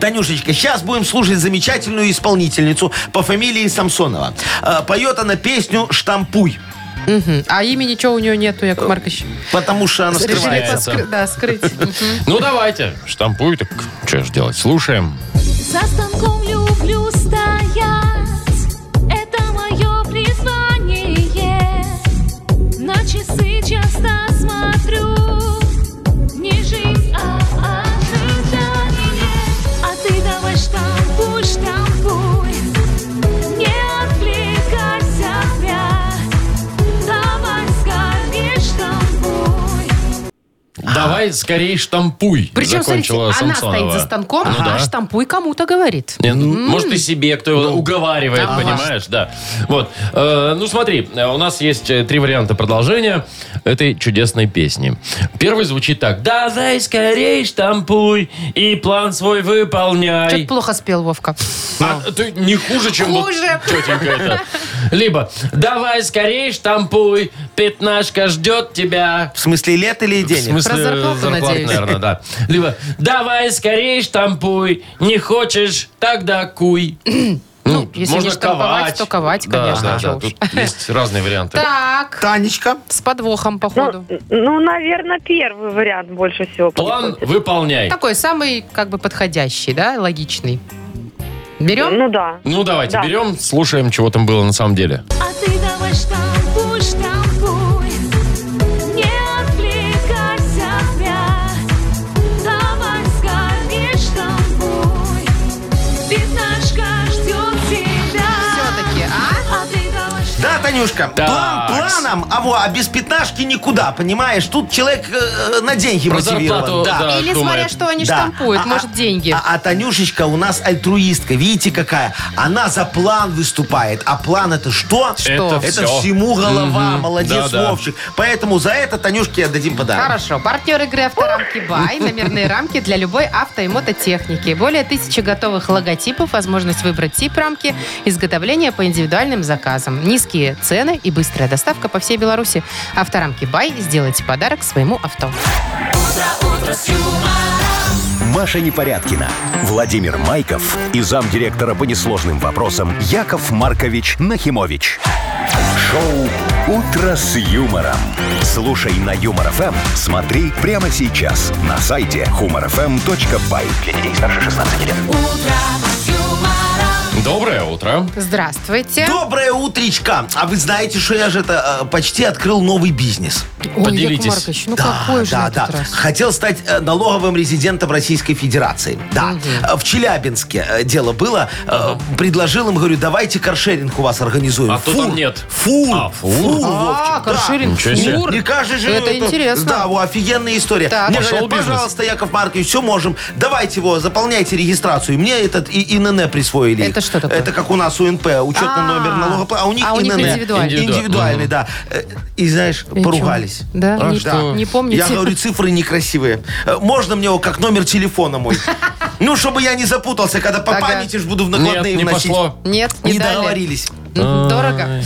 D: Танюшечка, сейчас будем слушать замечательную исполнительницу по фамилии Самсонова. Э, Поет она песню «Штампуй»,
C: Мгм. А имени ничего у нее нету, Яков Маркович.
D: потому что она
C: Решили
D: скрывается.
C: подскры- Да, скрыть. Мгм.
B: Ну, давайте. Штампуй, так что ж делать? Слушаем.
I: За станком люблю стоять, это мое призвание. На часы часто смотрю, не жизнь, а ожидание. А ты давай штампуй, штампуй, не отвлекайся от меня. Давай скорее штампуй.
B: Давай скорее штампуй.
C: Причем, А. смотрите,
B: Закончила
C: она
B: Самсонова.
C: стоит за станком,
B: Ну да.
C: а штампуй кому-то говорит.
B: Не, ну, Может, и себе кто его уговаривает,
C: Ну, Ага.
B: понимаешь, да. Вот. Э, ну, смотри, э, у нас есть э, три варианта продолжения этой чудесной песни. Первый звучит так. Давай скорей штампуй и план свой
C: Что-то
B: выполняй.
C: плохо спел Вовка.
B: А, ты не хуже, чем вот
C: Хуже.
B: тетенька эта. Либо давай скорей штампуй, пятнашка ждет тебя.
D: В смысле, лет или
B: В
D: денег?
B: смысле,
C: Про зарплату,
B: зарплат,
C: надеюсь.
B: наверное, да. Либо давай скорее штампуй, не хочешь, тогда куй. Ну,
C: если не штамповать, то ковать, конечно,
B: Да, да,
C: чего
B: да.
C: уж.
B: Тут есть разные варианты.
C: Так,
D: Танечка.
C: с подвохом, походу.
F: Ну, наверное, первый вариант больше всего.
B: План выполняй.
C: Такой самый, как бы, подходящий, да, логичный. Берем?
F: Ну да.
B: Ну, давайте
F: Да.
B: берем, слушаем, чего там было на самом деле.
I: А ты давай штампуй, штампуй, не отвлекайся от меня. Давай скорее штампуй, пятнашка ждет тебя.
C: Все-таки, а?
I: А ты давай
D: Да, Танюшка, план
B: Такс.
D: планом, а во, а без пятнашки никуда, понимаешь? Тут человек э, на деньги
B: Про зарплату,
D: мотивирован.
B: да.
C: Или
B: думает.
C: смотря, что они
D: Да.
C: штампуют.
D: А-
C: Может,
D: а-
C: деньги.
D: А, а Танюшечка у нас альтруистка. Видите, какая? Она за план выступает. А план это что?
B: Это
D: Это
B: всё.
D: всему голова. Молодец,
B: Да-да.
D: Вовчик. Поэтому за это Танюшке отдадим подарок.
C: Хорошо. Партнер игры «Авторамки Бай». Номерные рамки для любой авто и мототехники. Более тысячи готовых логотипов, возможность выбрать тип рамки, изготовление по индивидуальным заказам. Низкие цены и быстрая доставка по всей Беларуси. «Авторамки Бай». Сделайте подарок своему авто.
A: Маша Непорядкина, Владимир Майков и замдиректора по несложным вопросам Яков Маркович Нахимович. Шоу «Утро с юмором». Слушай на Юмор ФМ, смотри прямо сейчас на сайте humorfm.by.
E: Для детей старше 16 лет.
B: Доброе утро.
C: Здравствуйте.
D: Доброе утречко. А вы знаете, что я же это э, почти открыл новый бизнес.
C: Ой, Яков
B: Поделитесь.
C: Маркович, ну какой же на
D: да, да.
C: этот раз?
D: Хотел стать э, налоговым резидентом Российской Федерации. Да. Э, В Челябинске э, дело было. Э, Предложил им, говорю, давайте каршеринг у вас организуем.
B: А то там нет.
D: Фур.
B: А, фур.
D: Вовчик,
C: А,
D: да.
C: каршеринг,
B: Ничего себе.
C: фур.
D: Не каждый же...
C: Это интересно.
D: Да, о, офигенная история.
C: Так.
D: Мне
B: Пошел
D: говорят,
B: бизнес.
D: пожалуйста, Яков Маркович, все можем. Давайте его, заполняйте регистрацию. И Мне этот и ИНН присвоили.
C: Это что такое?
D: Это как у нас УНП, учетный
C: А.
D: номер налогоплаты. А у них
C: А у них
D: ИНН.
C: индивидуальный.
D: Индивидуальный, да. Э, И знаешь,
C: И чё?
D: поругались.
C: Да?
B: А
C: не,
B: что?
C: не помните?
D: Я говорю, цифры некрасивые. Э, Можно мне его как номер телефона мой? Ну, чтобы я не запутался, когда по
C: Ага.
D: памяти ж буду в
B: Нет,
D: накладные
B: не
D: вносить.
B: пошло.
C: Нет, не,
D: Не
C: дали.
D: договорились.
C: М, Дорого.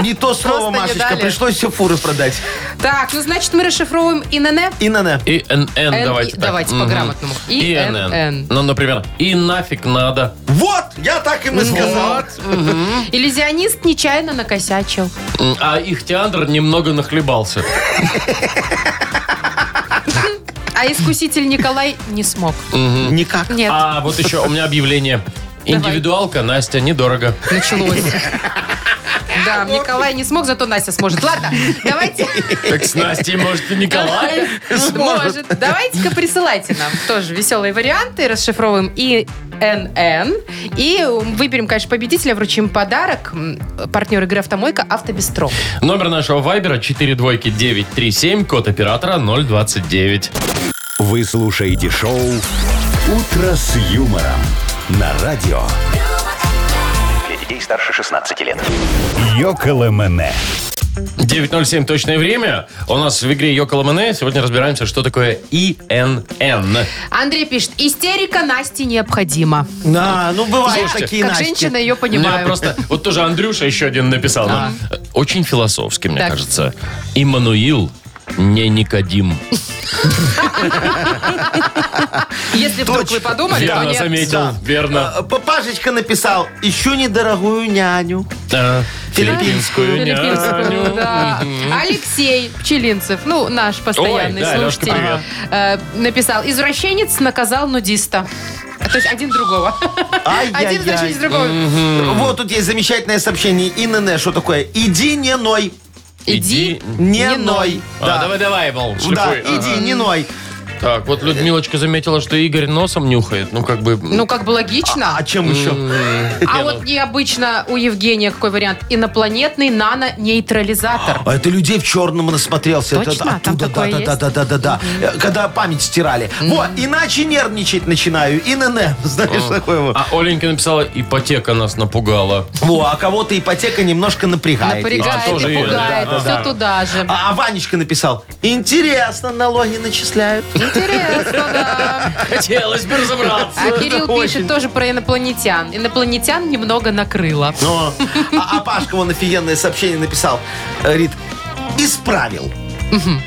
D: Не то слово,
C: Просто не
D: Машечка.
C: дали.
D: Пришлось все фуры продать.
C: Так, ну значит мы расшифровываем ИНН.
D: И на на.
B: ИНН
C: Н-
B: давайте
C: и-
B: так.
C: давайте
B: Мгм.
C: по-грамотному.
B: ИНН.
C: ИНН.
B: Ну, например, и нафиг надо.
D: Вот, я так им и сказал.
C: Иллюзионист нечаянно накосячил.
B: М, А Ихтиандр немного нахлебался.
C: А искуситель Николай не смог.
D: Никак.
C: Нет,
B: А вот еще у меня объявление.
C: Давай.
B: Индивидуалка, Настя, недорого.
C: началось. Да, Николай не смог, зато Настя сможет. Ладно, давайте...
B: Так с Настей, может, и Николай?
C: Сможет. Давайте-ка присылайте нам тоже веселые варианты. Расшифровываем и НН. И выберем, конечно, победителя, вручим подарок. М, Партнер игры «Автомойка» «Автобестро».
B: Номер нашего вайбера 42937, код оператора 029.
A: Вы слушаете шоу «Утро с юмором» на радио
E: Для детей старше 16 лет.
A: «Йоколэмэне».
B: 9.07 точное время. У нас в игре Йокола Мене. Сегодня разбираемся, что такое ИНН.
C: Андрей пишет, истерика Насте необходима.
D: Да, ну бывают
B: Слушайте,
D: такие
C: как
D: Настя.
C: женщина ее
B: Мне
C: понимаю.
B: просто... Вот тоже Андрюша еще один написал. нам. Очень философски, мне
C: Так.
B: кажется. Иммануил не Никодим.
C: Если вдруг вы подумали, то
B: Верно
C: нет.
B: заметил. Верно.
D: Э, Папашечка написал, ищу недорогую няню.
B: Да.
D: Филиппинскую.
C: Филиппинскую,
B: няню.
C: да. Алексей Пчелинцев, ну, наш постоянный
B: Ой, да,
C: слушатель,
B: Лёшка,
C: э, написал, извращенец наказал нудиста. То есть один другого.
D: Ай-яй-яй.
C: Один извращенец другого.
D: Вот тут есть замечательное сообщение. ИНН, что такое? Иди не ной.
B: Иди.
C: Иди.
D: Не
C: Не
D: ной.
C: ной.
B: А,
D: Да. Ну
B: давай, давай, Вол,
D: Да,
B: шлифуй. Ага.
D: иди, не ной.
B: Так, вот Людмилочка заметила, что Игорь носом нюхает. Ну, как бы...
C: Ну, как бы логично.
D: А чем еще?
C: А вот необычно у Евгения какой вариант? Инопланетный нано-нейтрализатор.
D: А это людей в черном насмотрелся. Это
C: Точно? Там
D: оттуда, да,
C: такое
D: да, да,
C: есть?
D: да, да, да, да. Э, Когда память стирали. Вот, иначе нервничать начинаю. ИНН, знаешь, такое вот.
B: А Оленька написала, ипотека нас напугала.
D: Во, а кого-то ипотека немножко напрягает.
B: А,
C: Напрягает,
B: тоже
C: и
B: есть.
C: пугает.
D: Да, да,
C: Все
D: да.
C: туда же.
D: А, а Ванечка написал, интересно, налоги начисляют.
C: Интересно, да.
B: Хотелось бы разобраться.
C: А Кирилл пишет тоже про инопланетян. Инопланетян немного накрыло.
D: Но, а, а Пашка вон офигенное сообщение написал. Говорит, исправил.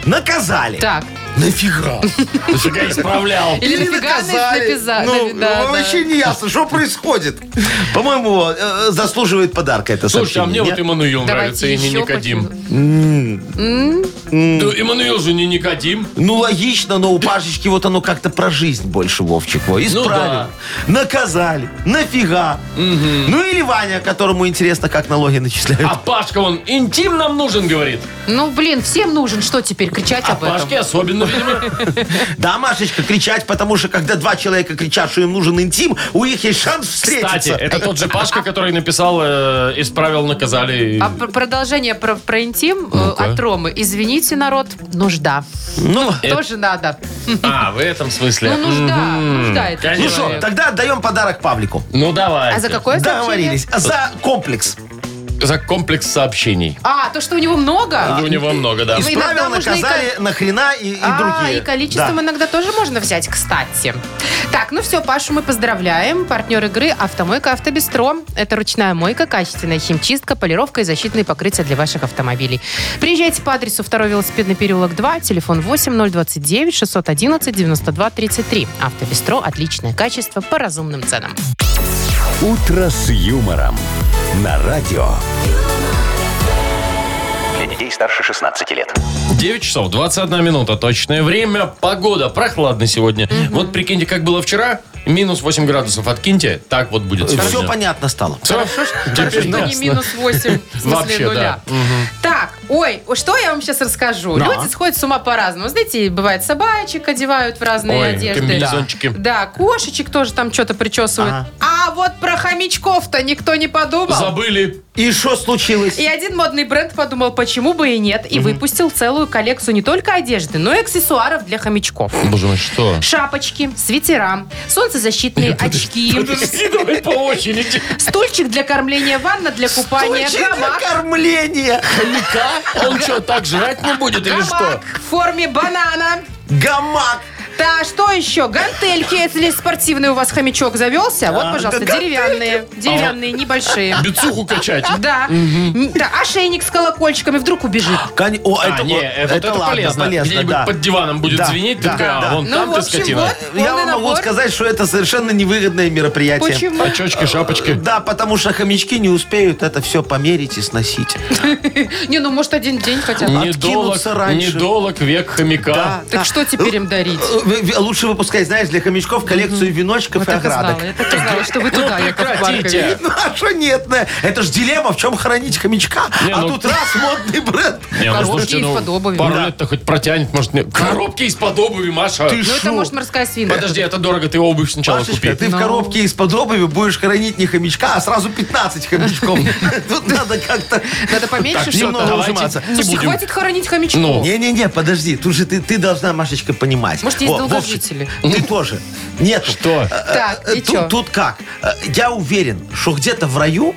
D: Наказали.
C: Так.
D: Нафига?
B: Нафига исправлял.
C: Или нафига написали?
D: Ну, вообще не ясно, что происходит. По-моему, э, заслуживает подарка это
B: Слушай, а мне
D: сообщение.
B: вот
D: не?
B: Эммануил нравится, и не Никодим. Ну, Эммануил же не Никодим.
D: Ну, логично, но у Пашечки вот оно как-то про жизнь больше, Вовчик. Во. Исправил.
B: Ну да.
D: Наказали. Нафига. Ну, или Ваня, которому интересно, как налоги начисляют.
B: А Пашка, он интим нам нужен, говорит.
C: Ну, блин, всем нужен что теперь кричать
B: А
C: об этом?
B: Пашке особенно ну, видимо,
D: Да, Машечка, кричать, потому что когда два человека кричат, что им нужен интим, у них есть шанс встретиться.
B: кстати, это тот же Пашка, который написал э, «Исправил, наказали».
C: А пр- продолжение про, про интим э,
B: Ну-ка.
C: от Ромы. Извините, народ, нужда.
D: Ну,
C: Тоже надо.
B: А, в этом смысле.
C: Ну, нужда.
B: Мгм.
C: Нужда это
D: ну
B: Конечно.
D: что,
C: человек.
D: тогда отдаем подарок Павлику.
B: Ну, давай.
C: А за какое сообщение?
D: Договорились. А За комплекс.
B: За комплекс сообщений.
C: А, то, что у него много?
B: Ну, У него много, да.
C: А, И- Вы иногда
D: Исправил,
C: нужно и
D: наказали, нахрена и, и
C: а,
D: другие.
C: и количеством
D: Да.
C: иногда тоже можно взять, кстати. Так, ну все, Пашу мы поздравляем. Партнер игры «Автомойка Автобестро». Это ручная мойка, качественная химчистка, полировка и защитные покрытия для ваших автомобилей. Приезжайте по адресу 2 велосипедный переулок 2, телефон 8029 611 92 33. «Автобестро» – отличное качество по разумным ценам.
A: «Утро с юмором» на радио.
E: Для детей старше 16 лет.
B: 9 часов 21 минута. Точное время. Погода прохладно сегодня. Вот прикиньте, как было вчера. Минус 8 градусов. Откиньте. Так вот будет сегодня.
D: Все понятно стало.
B: Всё?
C: Хорошо,
B: Теперь
C: что не
B: ясно.
C: минус 8, в смысле
B: Вообще,
C: нуля.
B: да. Мгм.
C: Так, ой, что я вам сейчас расскажу.
D: Да.
C: Люди сходят с ума по-разному. Знаете, бывает собачек одевают в разные
B: Ой,
C: одежды.
B: комбинезончики.
C: Да, кошечек тоже там что-то причесывают.
D: Ага.
C: А вот про хомячков-то никто не подумал.
B: Забыли.
D: И что случилось?
C: И один модный бренд подумал, почему бы и нет, и выпустил целую коллекцию не только одежды, но и аксессуаров для хомячков.
B: Боже мой, что?
C: Шапочки, свитера, солнцезащитные очки,
B: Подожди, давай по очереди.
C: стульчик для кормления, ванна для купания,
D: Случай для
C: гамак.
D: кормления.
B: Хомяка? Он что, так жрать не будет или что?
C: Гамак в форме банана.
D: Гамак.
C: Да, что еще? Гантельки, если спортивный у вас хомячок завелся. вот, пожалуйста,
D: А, да А
C: деревянные. Деревянные, небольшие.
B: Бицуху качать.
C: Да. Н- да. Ошейник с колокольчиками вдруг убежит.
D: Конь- О,
B: А,
D: это,
B: не,
D: вот-
B: это, это
D: ладно,
B: полезно. Где-нибудь
D: да.
B: под диваном будет
D: Да,
B: звенеть,
D: да,
B: такая, а,
D: да.
B: вон
C: Ну,
B: там
C: в
B: ты
C: общем,
B: скотина.
C: вот.
D: Я
C: Полный
D: вам могу
C: набор.
D: сказать, что это совершенно невыгодное мероприятие.
C: Почему?
B: Очочки, шапочки.
D: Да, потому что хомячки не успеют это все померить и сносить.
C: Не, ну может один день хотя бы.
B: Недолог,
D: откинуться раньше.
B: недолог век
D: А.
B: хомяка.
C: Так что теперь им дарить?
D: Э, э, Лучше выпускай, знаешь, для хомячков коллекцию веночков
C: Вот
D: и
C: так и знала,
D: оградок.
C: я так и знала, что вы туда, Яков Маркович.
B: Прекратите.
D: Ну а что нет? на- Это же дилемма, в чем хранить хомячка.
B: Не,
D: а
B: ну-
D: тут раз модный бренд.
B: Не, ну,
C: Коробки
B: слушайте, ну,
C: из-под обуви.
B: Пару
C: Да.
B: лет-то хоть протянет, может... не- Коробки из-под обуви, Маша.
D: Ты
C: Ну это
D: шо?
C: может морская свинка.
B: Подожди, это дорого, ты обувь сначала
D: Машечка,
B: купи.
C: Ну.
D: ты в коробке из-под обуви будешь хранить не хомячка, а сразу 15 хомячков. Тут надо как-то...
C: Надо поменьше
D: Так,
C: что-то.
D: Немного
B: ну, Давайте.
D: ужиматься.
B: Не
C: Слушайте,
B: будем.
C: хватит хоронить хомячков.
B: Ну.
D: Не-не-не, подожди, тут же ты, ты должна, Машечка, понимать.
C: Может, есть
D: Во,
C: долгожители?
D: Вовчик, Ты тоже. Нет.
B: Что?
C: Так, и чё?
D: Тут, тут как? Э, Я уверен, что где-то в раю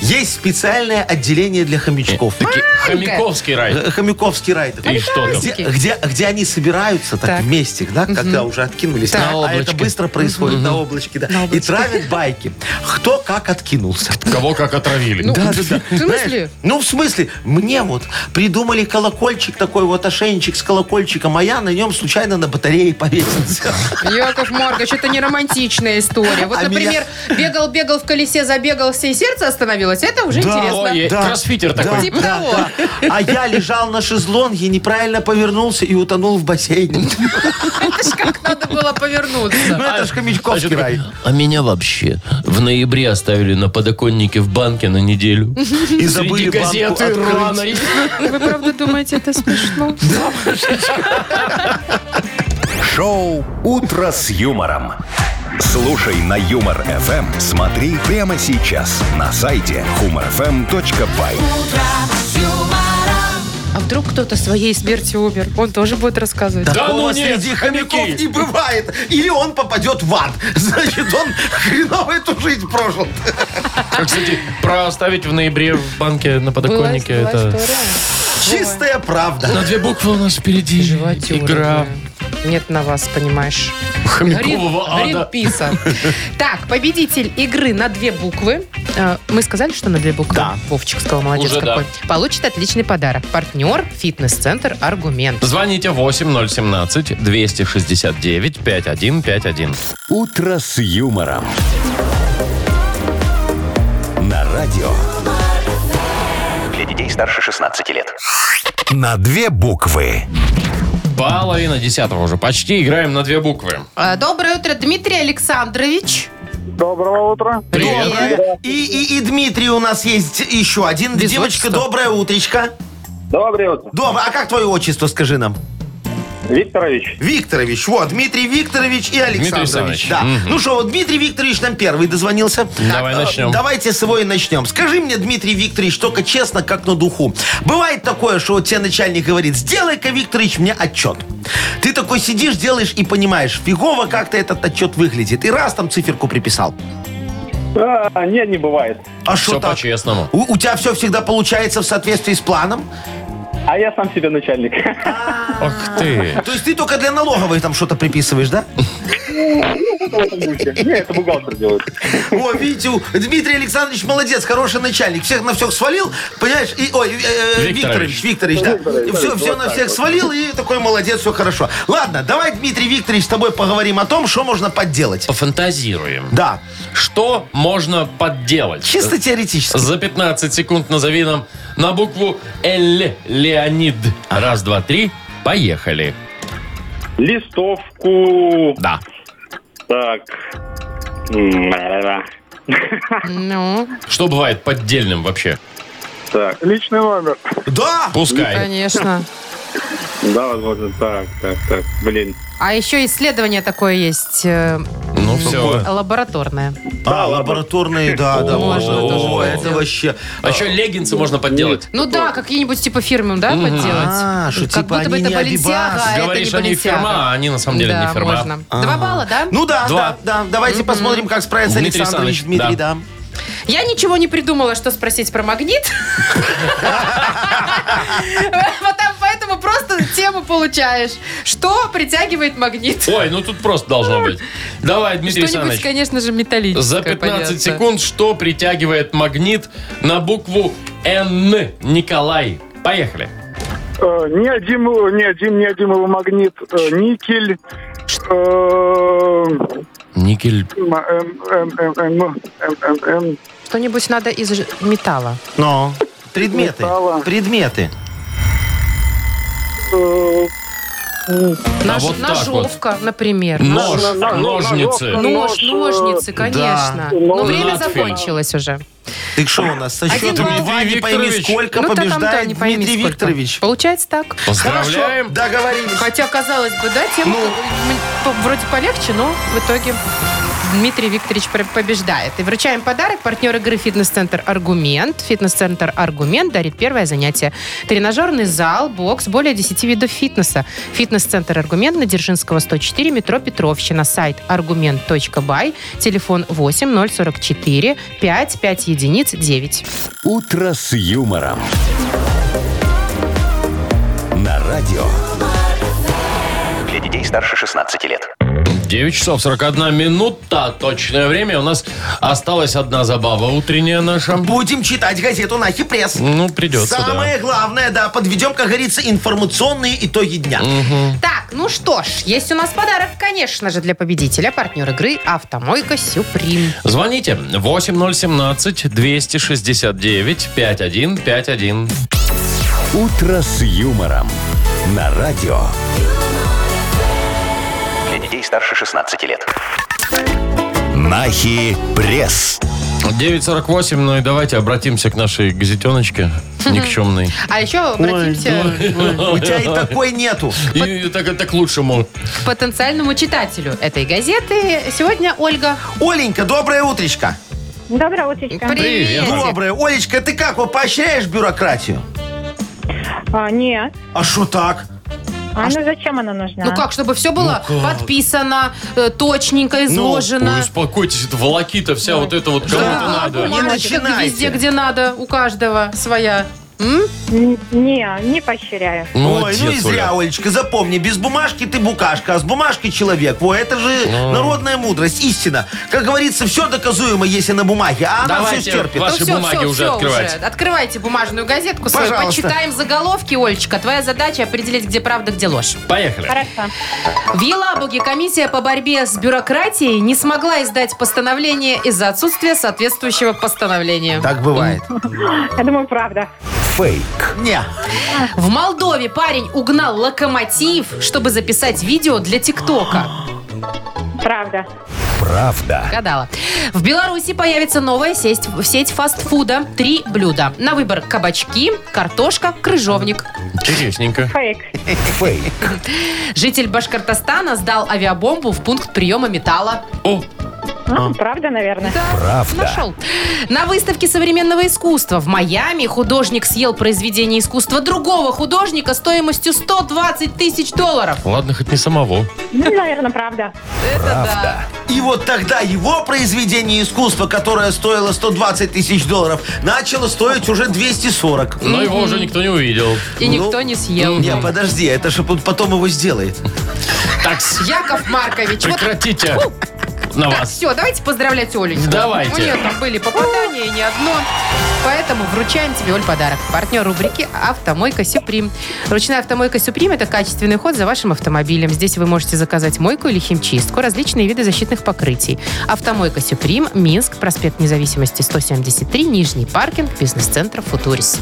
D: есть специальное отделение для хомячков.
B: Таки- Хомяковский рай.
D: Э, Хомяковский рай такой.
B: И что там?
D: Где, где, где они собираются так,
C: Так.
D: вместе, да, когда уже откинулись.
B: Так.
D: А,
B: На
D: а это
B: облачке.
D: быстро происходит на облачке, да. И травят байки. Кто как откинулся.
B: Кого как отравили.
C: Ну,
D: Да, да, да.
C: в смысле?
D: Знаешь, ну, в смысле, мне вот придумали колокольчик такой, вот ошейничек с колокольчиком, а я на нем случайно на батарее повесился.
C: Яков Маркович, это не романтичная история. Вот,
D: А
C: например, бегал-бегал в колесе, забегался, и сердце остановилось. Это уже
D: Да.
C: интересно.
B: Ой,
D: Да.
B: кроссфитер такой.
C: Типа того.
D: А я лежал на шезлонге, неправильно повернулся и утонул в бассейне.
C: Это ж как надо было
D: Ну,
C: повернуться.
D: это ж
B: Значит,
D: Хомячковский рай.
B: А меня вообще в ноябре оставили на подоконнике в банке на неделю.
D: И
B: Среди
D: забыли банку
B: газеты
D: открыть.
B: рваной.
C: Вы правда думаете, это смешно?
A: Шоу «Утро с юмором». Слушай на Юмор ФМ. Смотри прямо сейчас на сайте humorfm.by.
C: А вдруг кто-то своей смертью умер? Он тоже будет рассказывать.
B: Да ну
D: Такого
B: нет,
D: среди А хомяков
B: хомяки.
D: не бывает. Или он попадет в ад. Значит, он хреново эту жизнь прожил.
B: Как, кстати, про оставить в ноябре в банке на
C: Была-
B: подоконнике.
C: была
B: это...
C: история.
D: Чистая правда.
B: На две бывает. буквы у нас впереди
C: Животюра.
B: игра
C: Нет на вас, понимаешь.
B: хомякового
C: Грин-
B: ада.
C: Гринписа. Так, победитель игры на две буквы. Э, Мы сказали, что на две буквы?
D: Да.
C: Вовчик сказал, молодец
B: Уже
C: какой. Получит отличный подарок. Партнер фитнес-центр «Аргумент».
B: Звоните 8017-269-5151.
A: «Утро с юмором». На радио.
E: Для детей старше 16 лет.
A: На две буквы.
B: Половина десятого уже. Почти играем на две буквы.
C: Э, Доброе утро, Дмитрий Александрович.
H: Доброго утра.
B: Привет.
D: И, и, и Дмитрий у нас есть еще один.
C: Без
D: Девочка,
C: отчества.
D: доброе утречко.
H: Доброе утро.
D: Доброе. А как твое отчество, скажи нам?
H: Викторович,
D: Викторович, вот, Дмитрий Викторович и Александрович.
B: Александрович,
D: да. Ну что, вот Дмитрий Викторович нам первый дозвонился.
B: Давай
D: Э,
B: начнем.
D: Давайте с его и начнем. Скажи мне, Дмитрий Викторович, только честно, как на духу. Бывает такое, что вот тебе начальник говорит, сделай-ка, Викторович, мне отчет. Ты такой сидишь, делаешь и понимаешь, фигово как-то этот отчет выглядит. И раз там циферку приписал.
H: а, не, не бывает.
D: А
B: Все
D: что так?
B: по-честному.
D: У, у тебя все всегда получается в соответствии с планом?
H: А я сам себе начальник.
B: Ах ты.
D: То есть ты только для налоговой там что-то приписываешь, да?
H: В этом духе. Не, это бухгалтер делает.
D: О, видите, у- Дмитрий Александрович молодец, хороший начальник. Всех на всех свалил, понимаешь? И, ой, э, э,
B: Викторович.
D: Викторович, Викторович, да.
H: Викторович,
D: все,
H: вот
D: все на
H: так
D: всех
H: вот.
D: свалил и такой молодец, все хорошо. Ладно, давай, Дмитрий Викторович, с тобой поговорим о том, что можно подделать.
B: Пофантазируем.
D: Да,
B: Что можно подделать?
D: чисто теоретически.
B: За 15 секунд назови нам на букву Л. Леонид. Раз, два, три. Поехали.
H: Листовку.
B: Да.
H: Так. М, да-да-да.
C: Ну,
B: Что бывает поддельным вообще?
H: Так.
G: Личный номер.
B: А,
D: Да,
B: Пускай.
C: конечно.
H: Да, возможно. Так, так, так. Блин.
C: А еще исследование такое есть, э,
B: Ну все.
C: лабораторное.
D: а, лабораторные, да, да,
C: Можно
D: можно.
C: тоже
D: О, это
C: подделать.
D: вообще...
B: А еще леггинсы можно подделать.
C: Ну да, какие-нибудь типа фирмы, да, подделать?
D: А, что
C: как
D: типа
C: будто бы
D: они
C: это
D: не
C: Balenciaga,
D: Adidas.
C: а
B: Говоришь,
C: это не
B: они фирма, а они на самом деле
C: да,
B: не фирма.
C: можно. Два балла, да?
D: Ну да,
B: Два.
D: да, да. Давайте посмотрим, как справится
B: Дмитрий
D: Александрович
B: Александрович,
D: Дмитрий, да.
C: Я ничего не придумала, что спросить про магнит. Потом- Поэтому просто тему получаешь. Что притягивает магнит?
B: Ой, ну тут просто должно быть. Давай, Дмитрий
C: Что-нибудь,
B: Александрович.
C: конечно же, металлическое.
B: За 15
C: понятно.
B: секунд что притягивает магнит на букву Н? Николай. Поехали.
G: Э, Ни один, ни один, ни один его магнит. э, Никель. Э,
B: Никель.
G: М, М, М, М, М, М, М,
C: Что-нибудь надо из ж- металла.
D: Но... Предметы,
G: Металла.
D: предметы.
G: э,
C: Нож-
B: А вот Ну, так
C: ножовка, например.
B: Нож,
G: на- на-
B: ножницы.
G: ножка.
C: Нож,
G: Нож,
C: ножницы, конечно.
D: да.
C: Но время
B: Надфиль.
C: закончилось уже.
D: Ты что у нас со
C: Один
D: счетом
C: балл.
D: два, не
B: Дмитрий
D: пойми
B: Викторович.
D: сколько
C: Ну, та-там-та,
D: побеждает
C: не пойми
D: Дмитрий
C: сколько.
D: Викторович.
C: Получается так.
B: Поздравляем.
D: договорились.
C: Хотя, казалось бы, да, тема
D: Ну.
C: м, по- вроде полегче, но в итоге Дмитрий Викторович пр- побеждает. И вручаем подарок партнер игры «Фитнес-центр Аргумент». «Фитнес-центр Аргумент» дарит первое занятие. Тренажерный зал, бокс, более 10 видов фитнеса. «Фитнес-центр Аргумент» на Дзержинского, 104, метро Петровщина. Сайт argument.by, телефон 8 044 5 5 единиц 9.
A: «Утро с юмором». На радио.
E: Для детей старше 16 лет.
B: 9 часов 41 минута. Точное время. У нас осталась одна забава утренняя наша.
D: Будем читать газету «Нахи пресс».
B: Ну, придется,
D: Самое главное, да, подведем, как говорится, информационные итоги дня.
C: Так, ну что ж, есть у нас подарок, конечно же, для победителя. Партнер игры «Автомойка Сюприм».
B: да. Звоните 8017-269-5151.
A: «Утро с юмором». На радио.
E: Для детей старше 16 лет.
A: Нахи пресс.
B: 9.48. Ну и давайте обратимся к нашей газетеночке никчемной.
C: А еще обратимся
D: У тебя и такой нету.
B: И, и так, так к лучшему.
C: к потенциальному читателю этой газеты. Сегодня Ольга.
D: Оленька, доброе утречко.
F: Доброе утречко.
B: Привет.
D: Доброе. Олечка, ты как, вот поощряешь бюрократию?
F: А, нет.
D: А что так?
F: А, ну зачем она нужна?
C: Ну как, чтобы все было подписано, э, точненько
B: Ой,
C: изложено.
B: Ну, успокойтесь, это волокита вся вот это вот кому-то
D: Да.
B: надо.
D: Не
C: Бумажечка
D: начинайте.
C: везде, где надо, у каждого своя. М?
F: Н- Не, не поощряю.
B: Молодец,
D: Ой, ну и зря,
B: Оля.
D: Олечка, запомни, без бумажки ты букашка, а с бумажки человек. Во, это же
B: Ну.
D: народная мудрость, истина. Как говорится, все доказуемо, если на бумаге, а она
B: Давайте,
D: все стерпит.
B: Ваши
C: Ну всё,
B: бумаги
C: всё,
B: уже
C: всё
B: открывайте.
C: Открывайте бумажную газетку свою.
D: Пожалуйста.
C: Почитаем заголовки, Олечка. Твоя задача определить, где правда, где ложь.
B: Поехали.
F: Хорошо.
C: В Елабуге комиссия по борьбе с бюрократией не смогла издать постановление из-за отсутствия соответствующего постановления.
D: Так бывает.
F: Я думаю, правда.
A: Фейк.
D: Не.
C: В Молдове парень угнал локомотив, чтобы записать видео для ТикТока.
F: Правда.
A: Правда.
C: Гадала. В Беларуси появится новая сеть, сеть фастфуда. Три блюда. На выбор кабачки, картошка, крыжовник.
B: Интересненько.
F: Фейк.
C: Житель Башкортостана сдал авиабомбу в пункт приема металла.
B: О,
F: Ну, правда, наверное.
A: Правда.
C: Нашел. На выставке современного искусства в Майами художник съел произведение искусства другого художника стоимостью 120 тысяч долларов.
B: ладно, хоть не самого.
F: Ну, наверное, правда.
D: И вот тогда его произведение искусства, которое стоило 120 тысяч долларов, начало стоить уже 240.
B: Но его уже никто не увидел.
C: И
D: Ну,
C: никто не съел.
D: Не, подожди, это же потом его сделает.
B: Так, с-
C: Яков Маркович, вот
B: прекратите. На
C: так,
B: вас.
C: все, давайте поздравлять Оленьку.
B: Давайте.
C: У нее там были попадания и не одно. Поэтому вручаем тебе, Оль, подарок. Партнер рубрики «Автомойка Сюприм». Ручная «Автомойка Сюприм» — это качественный ход за вашим автомобилем. Здесь вы можете заказать мойку или химчистку, различные виды защитных покрытий. «Автомойка Сюприм», Минск, проспект Независимости, 173, Нижний паркинг, бизнес-центр «Футурис».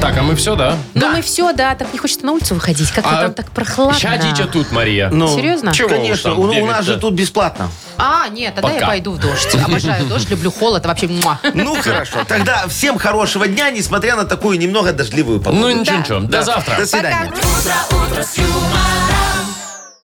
B: Так, а мы все, да?
C: Ну мы все, да, так не хочется на улицу выходить, как-то
B: А
C: там так прохладно.
B: Щадите тут, Мария.
D: Ну,
C: Серьезно?
B: чё?
D: Конечно,
B: Чего
D: у,
B: уж там
D: у нас же
B: бегать-то?
D: тут бесплатно.
C: А, нет, тогда я
B: Пока.
C: пойду в дождь. Обожаю дождь, люблю холод, а вообще... муа.
D: Ну хорошо, тогда всем хорошего дня, несмотря на такую немного дождливую погоду.
C: Ну,
B: Ну, ничего, ничего. До завтра.
D: До свидания.
C: Пока.
I: утро, утро с юмором.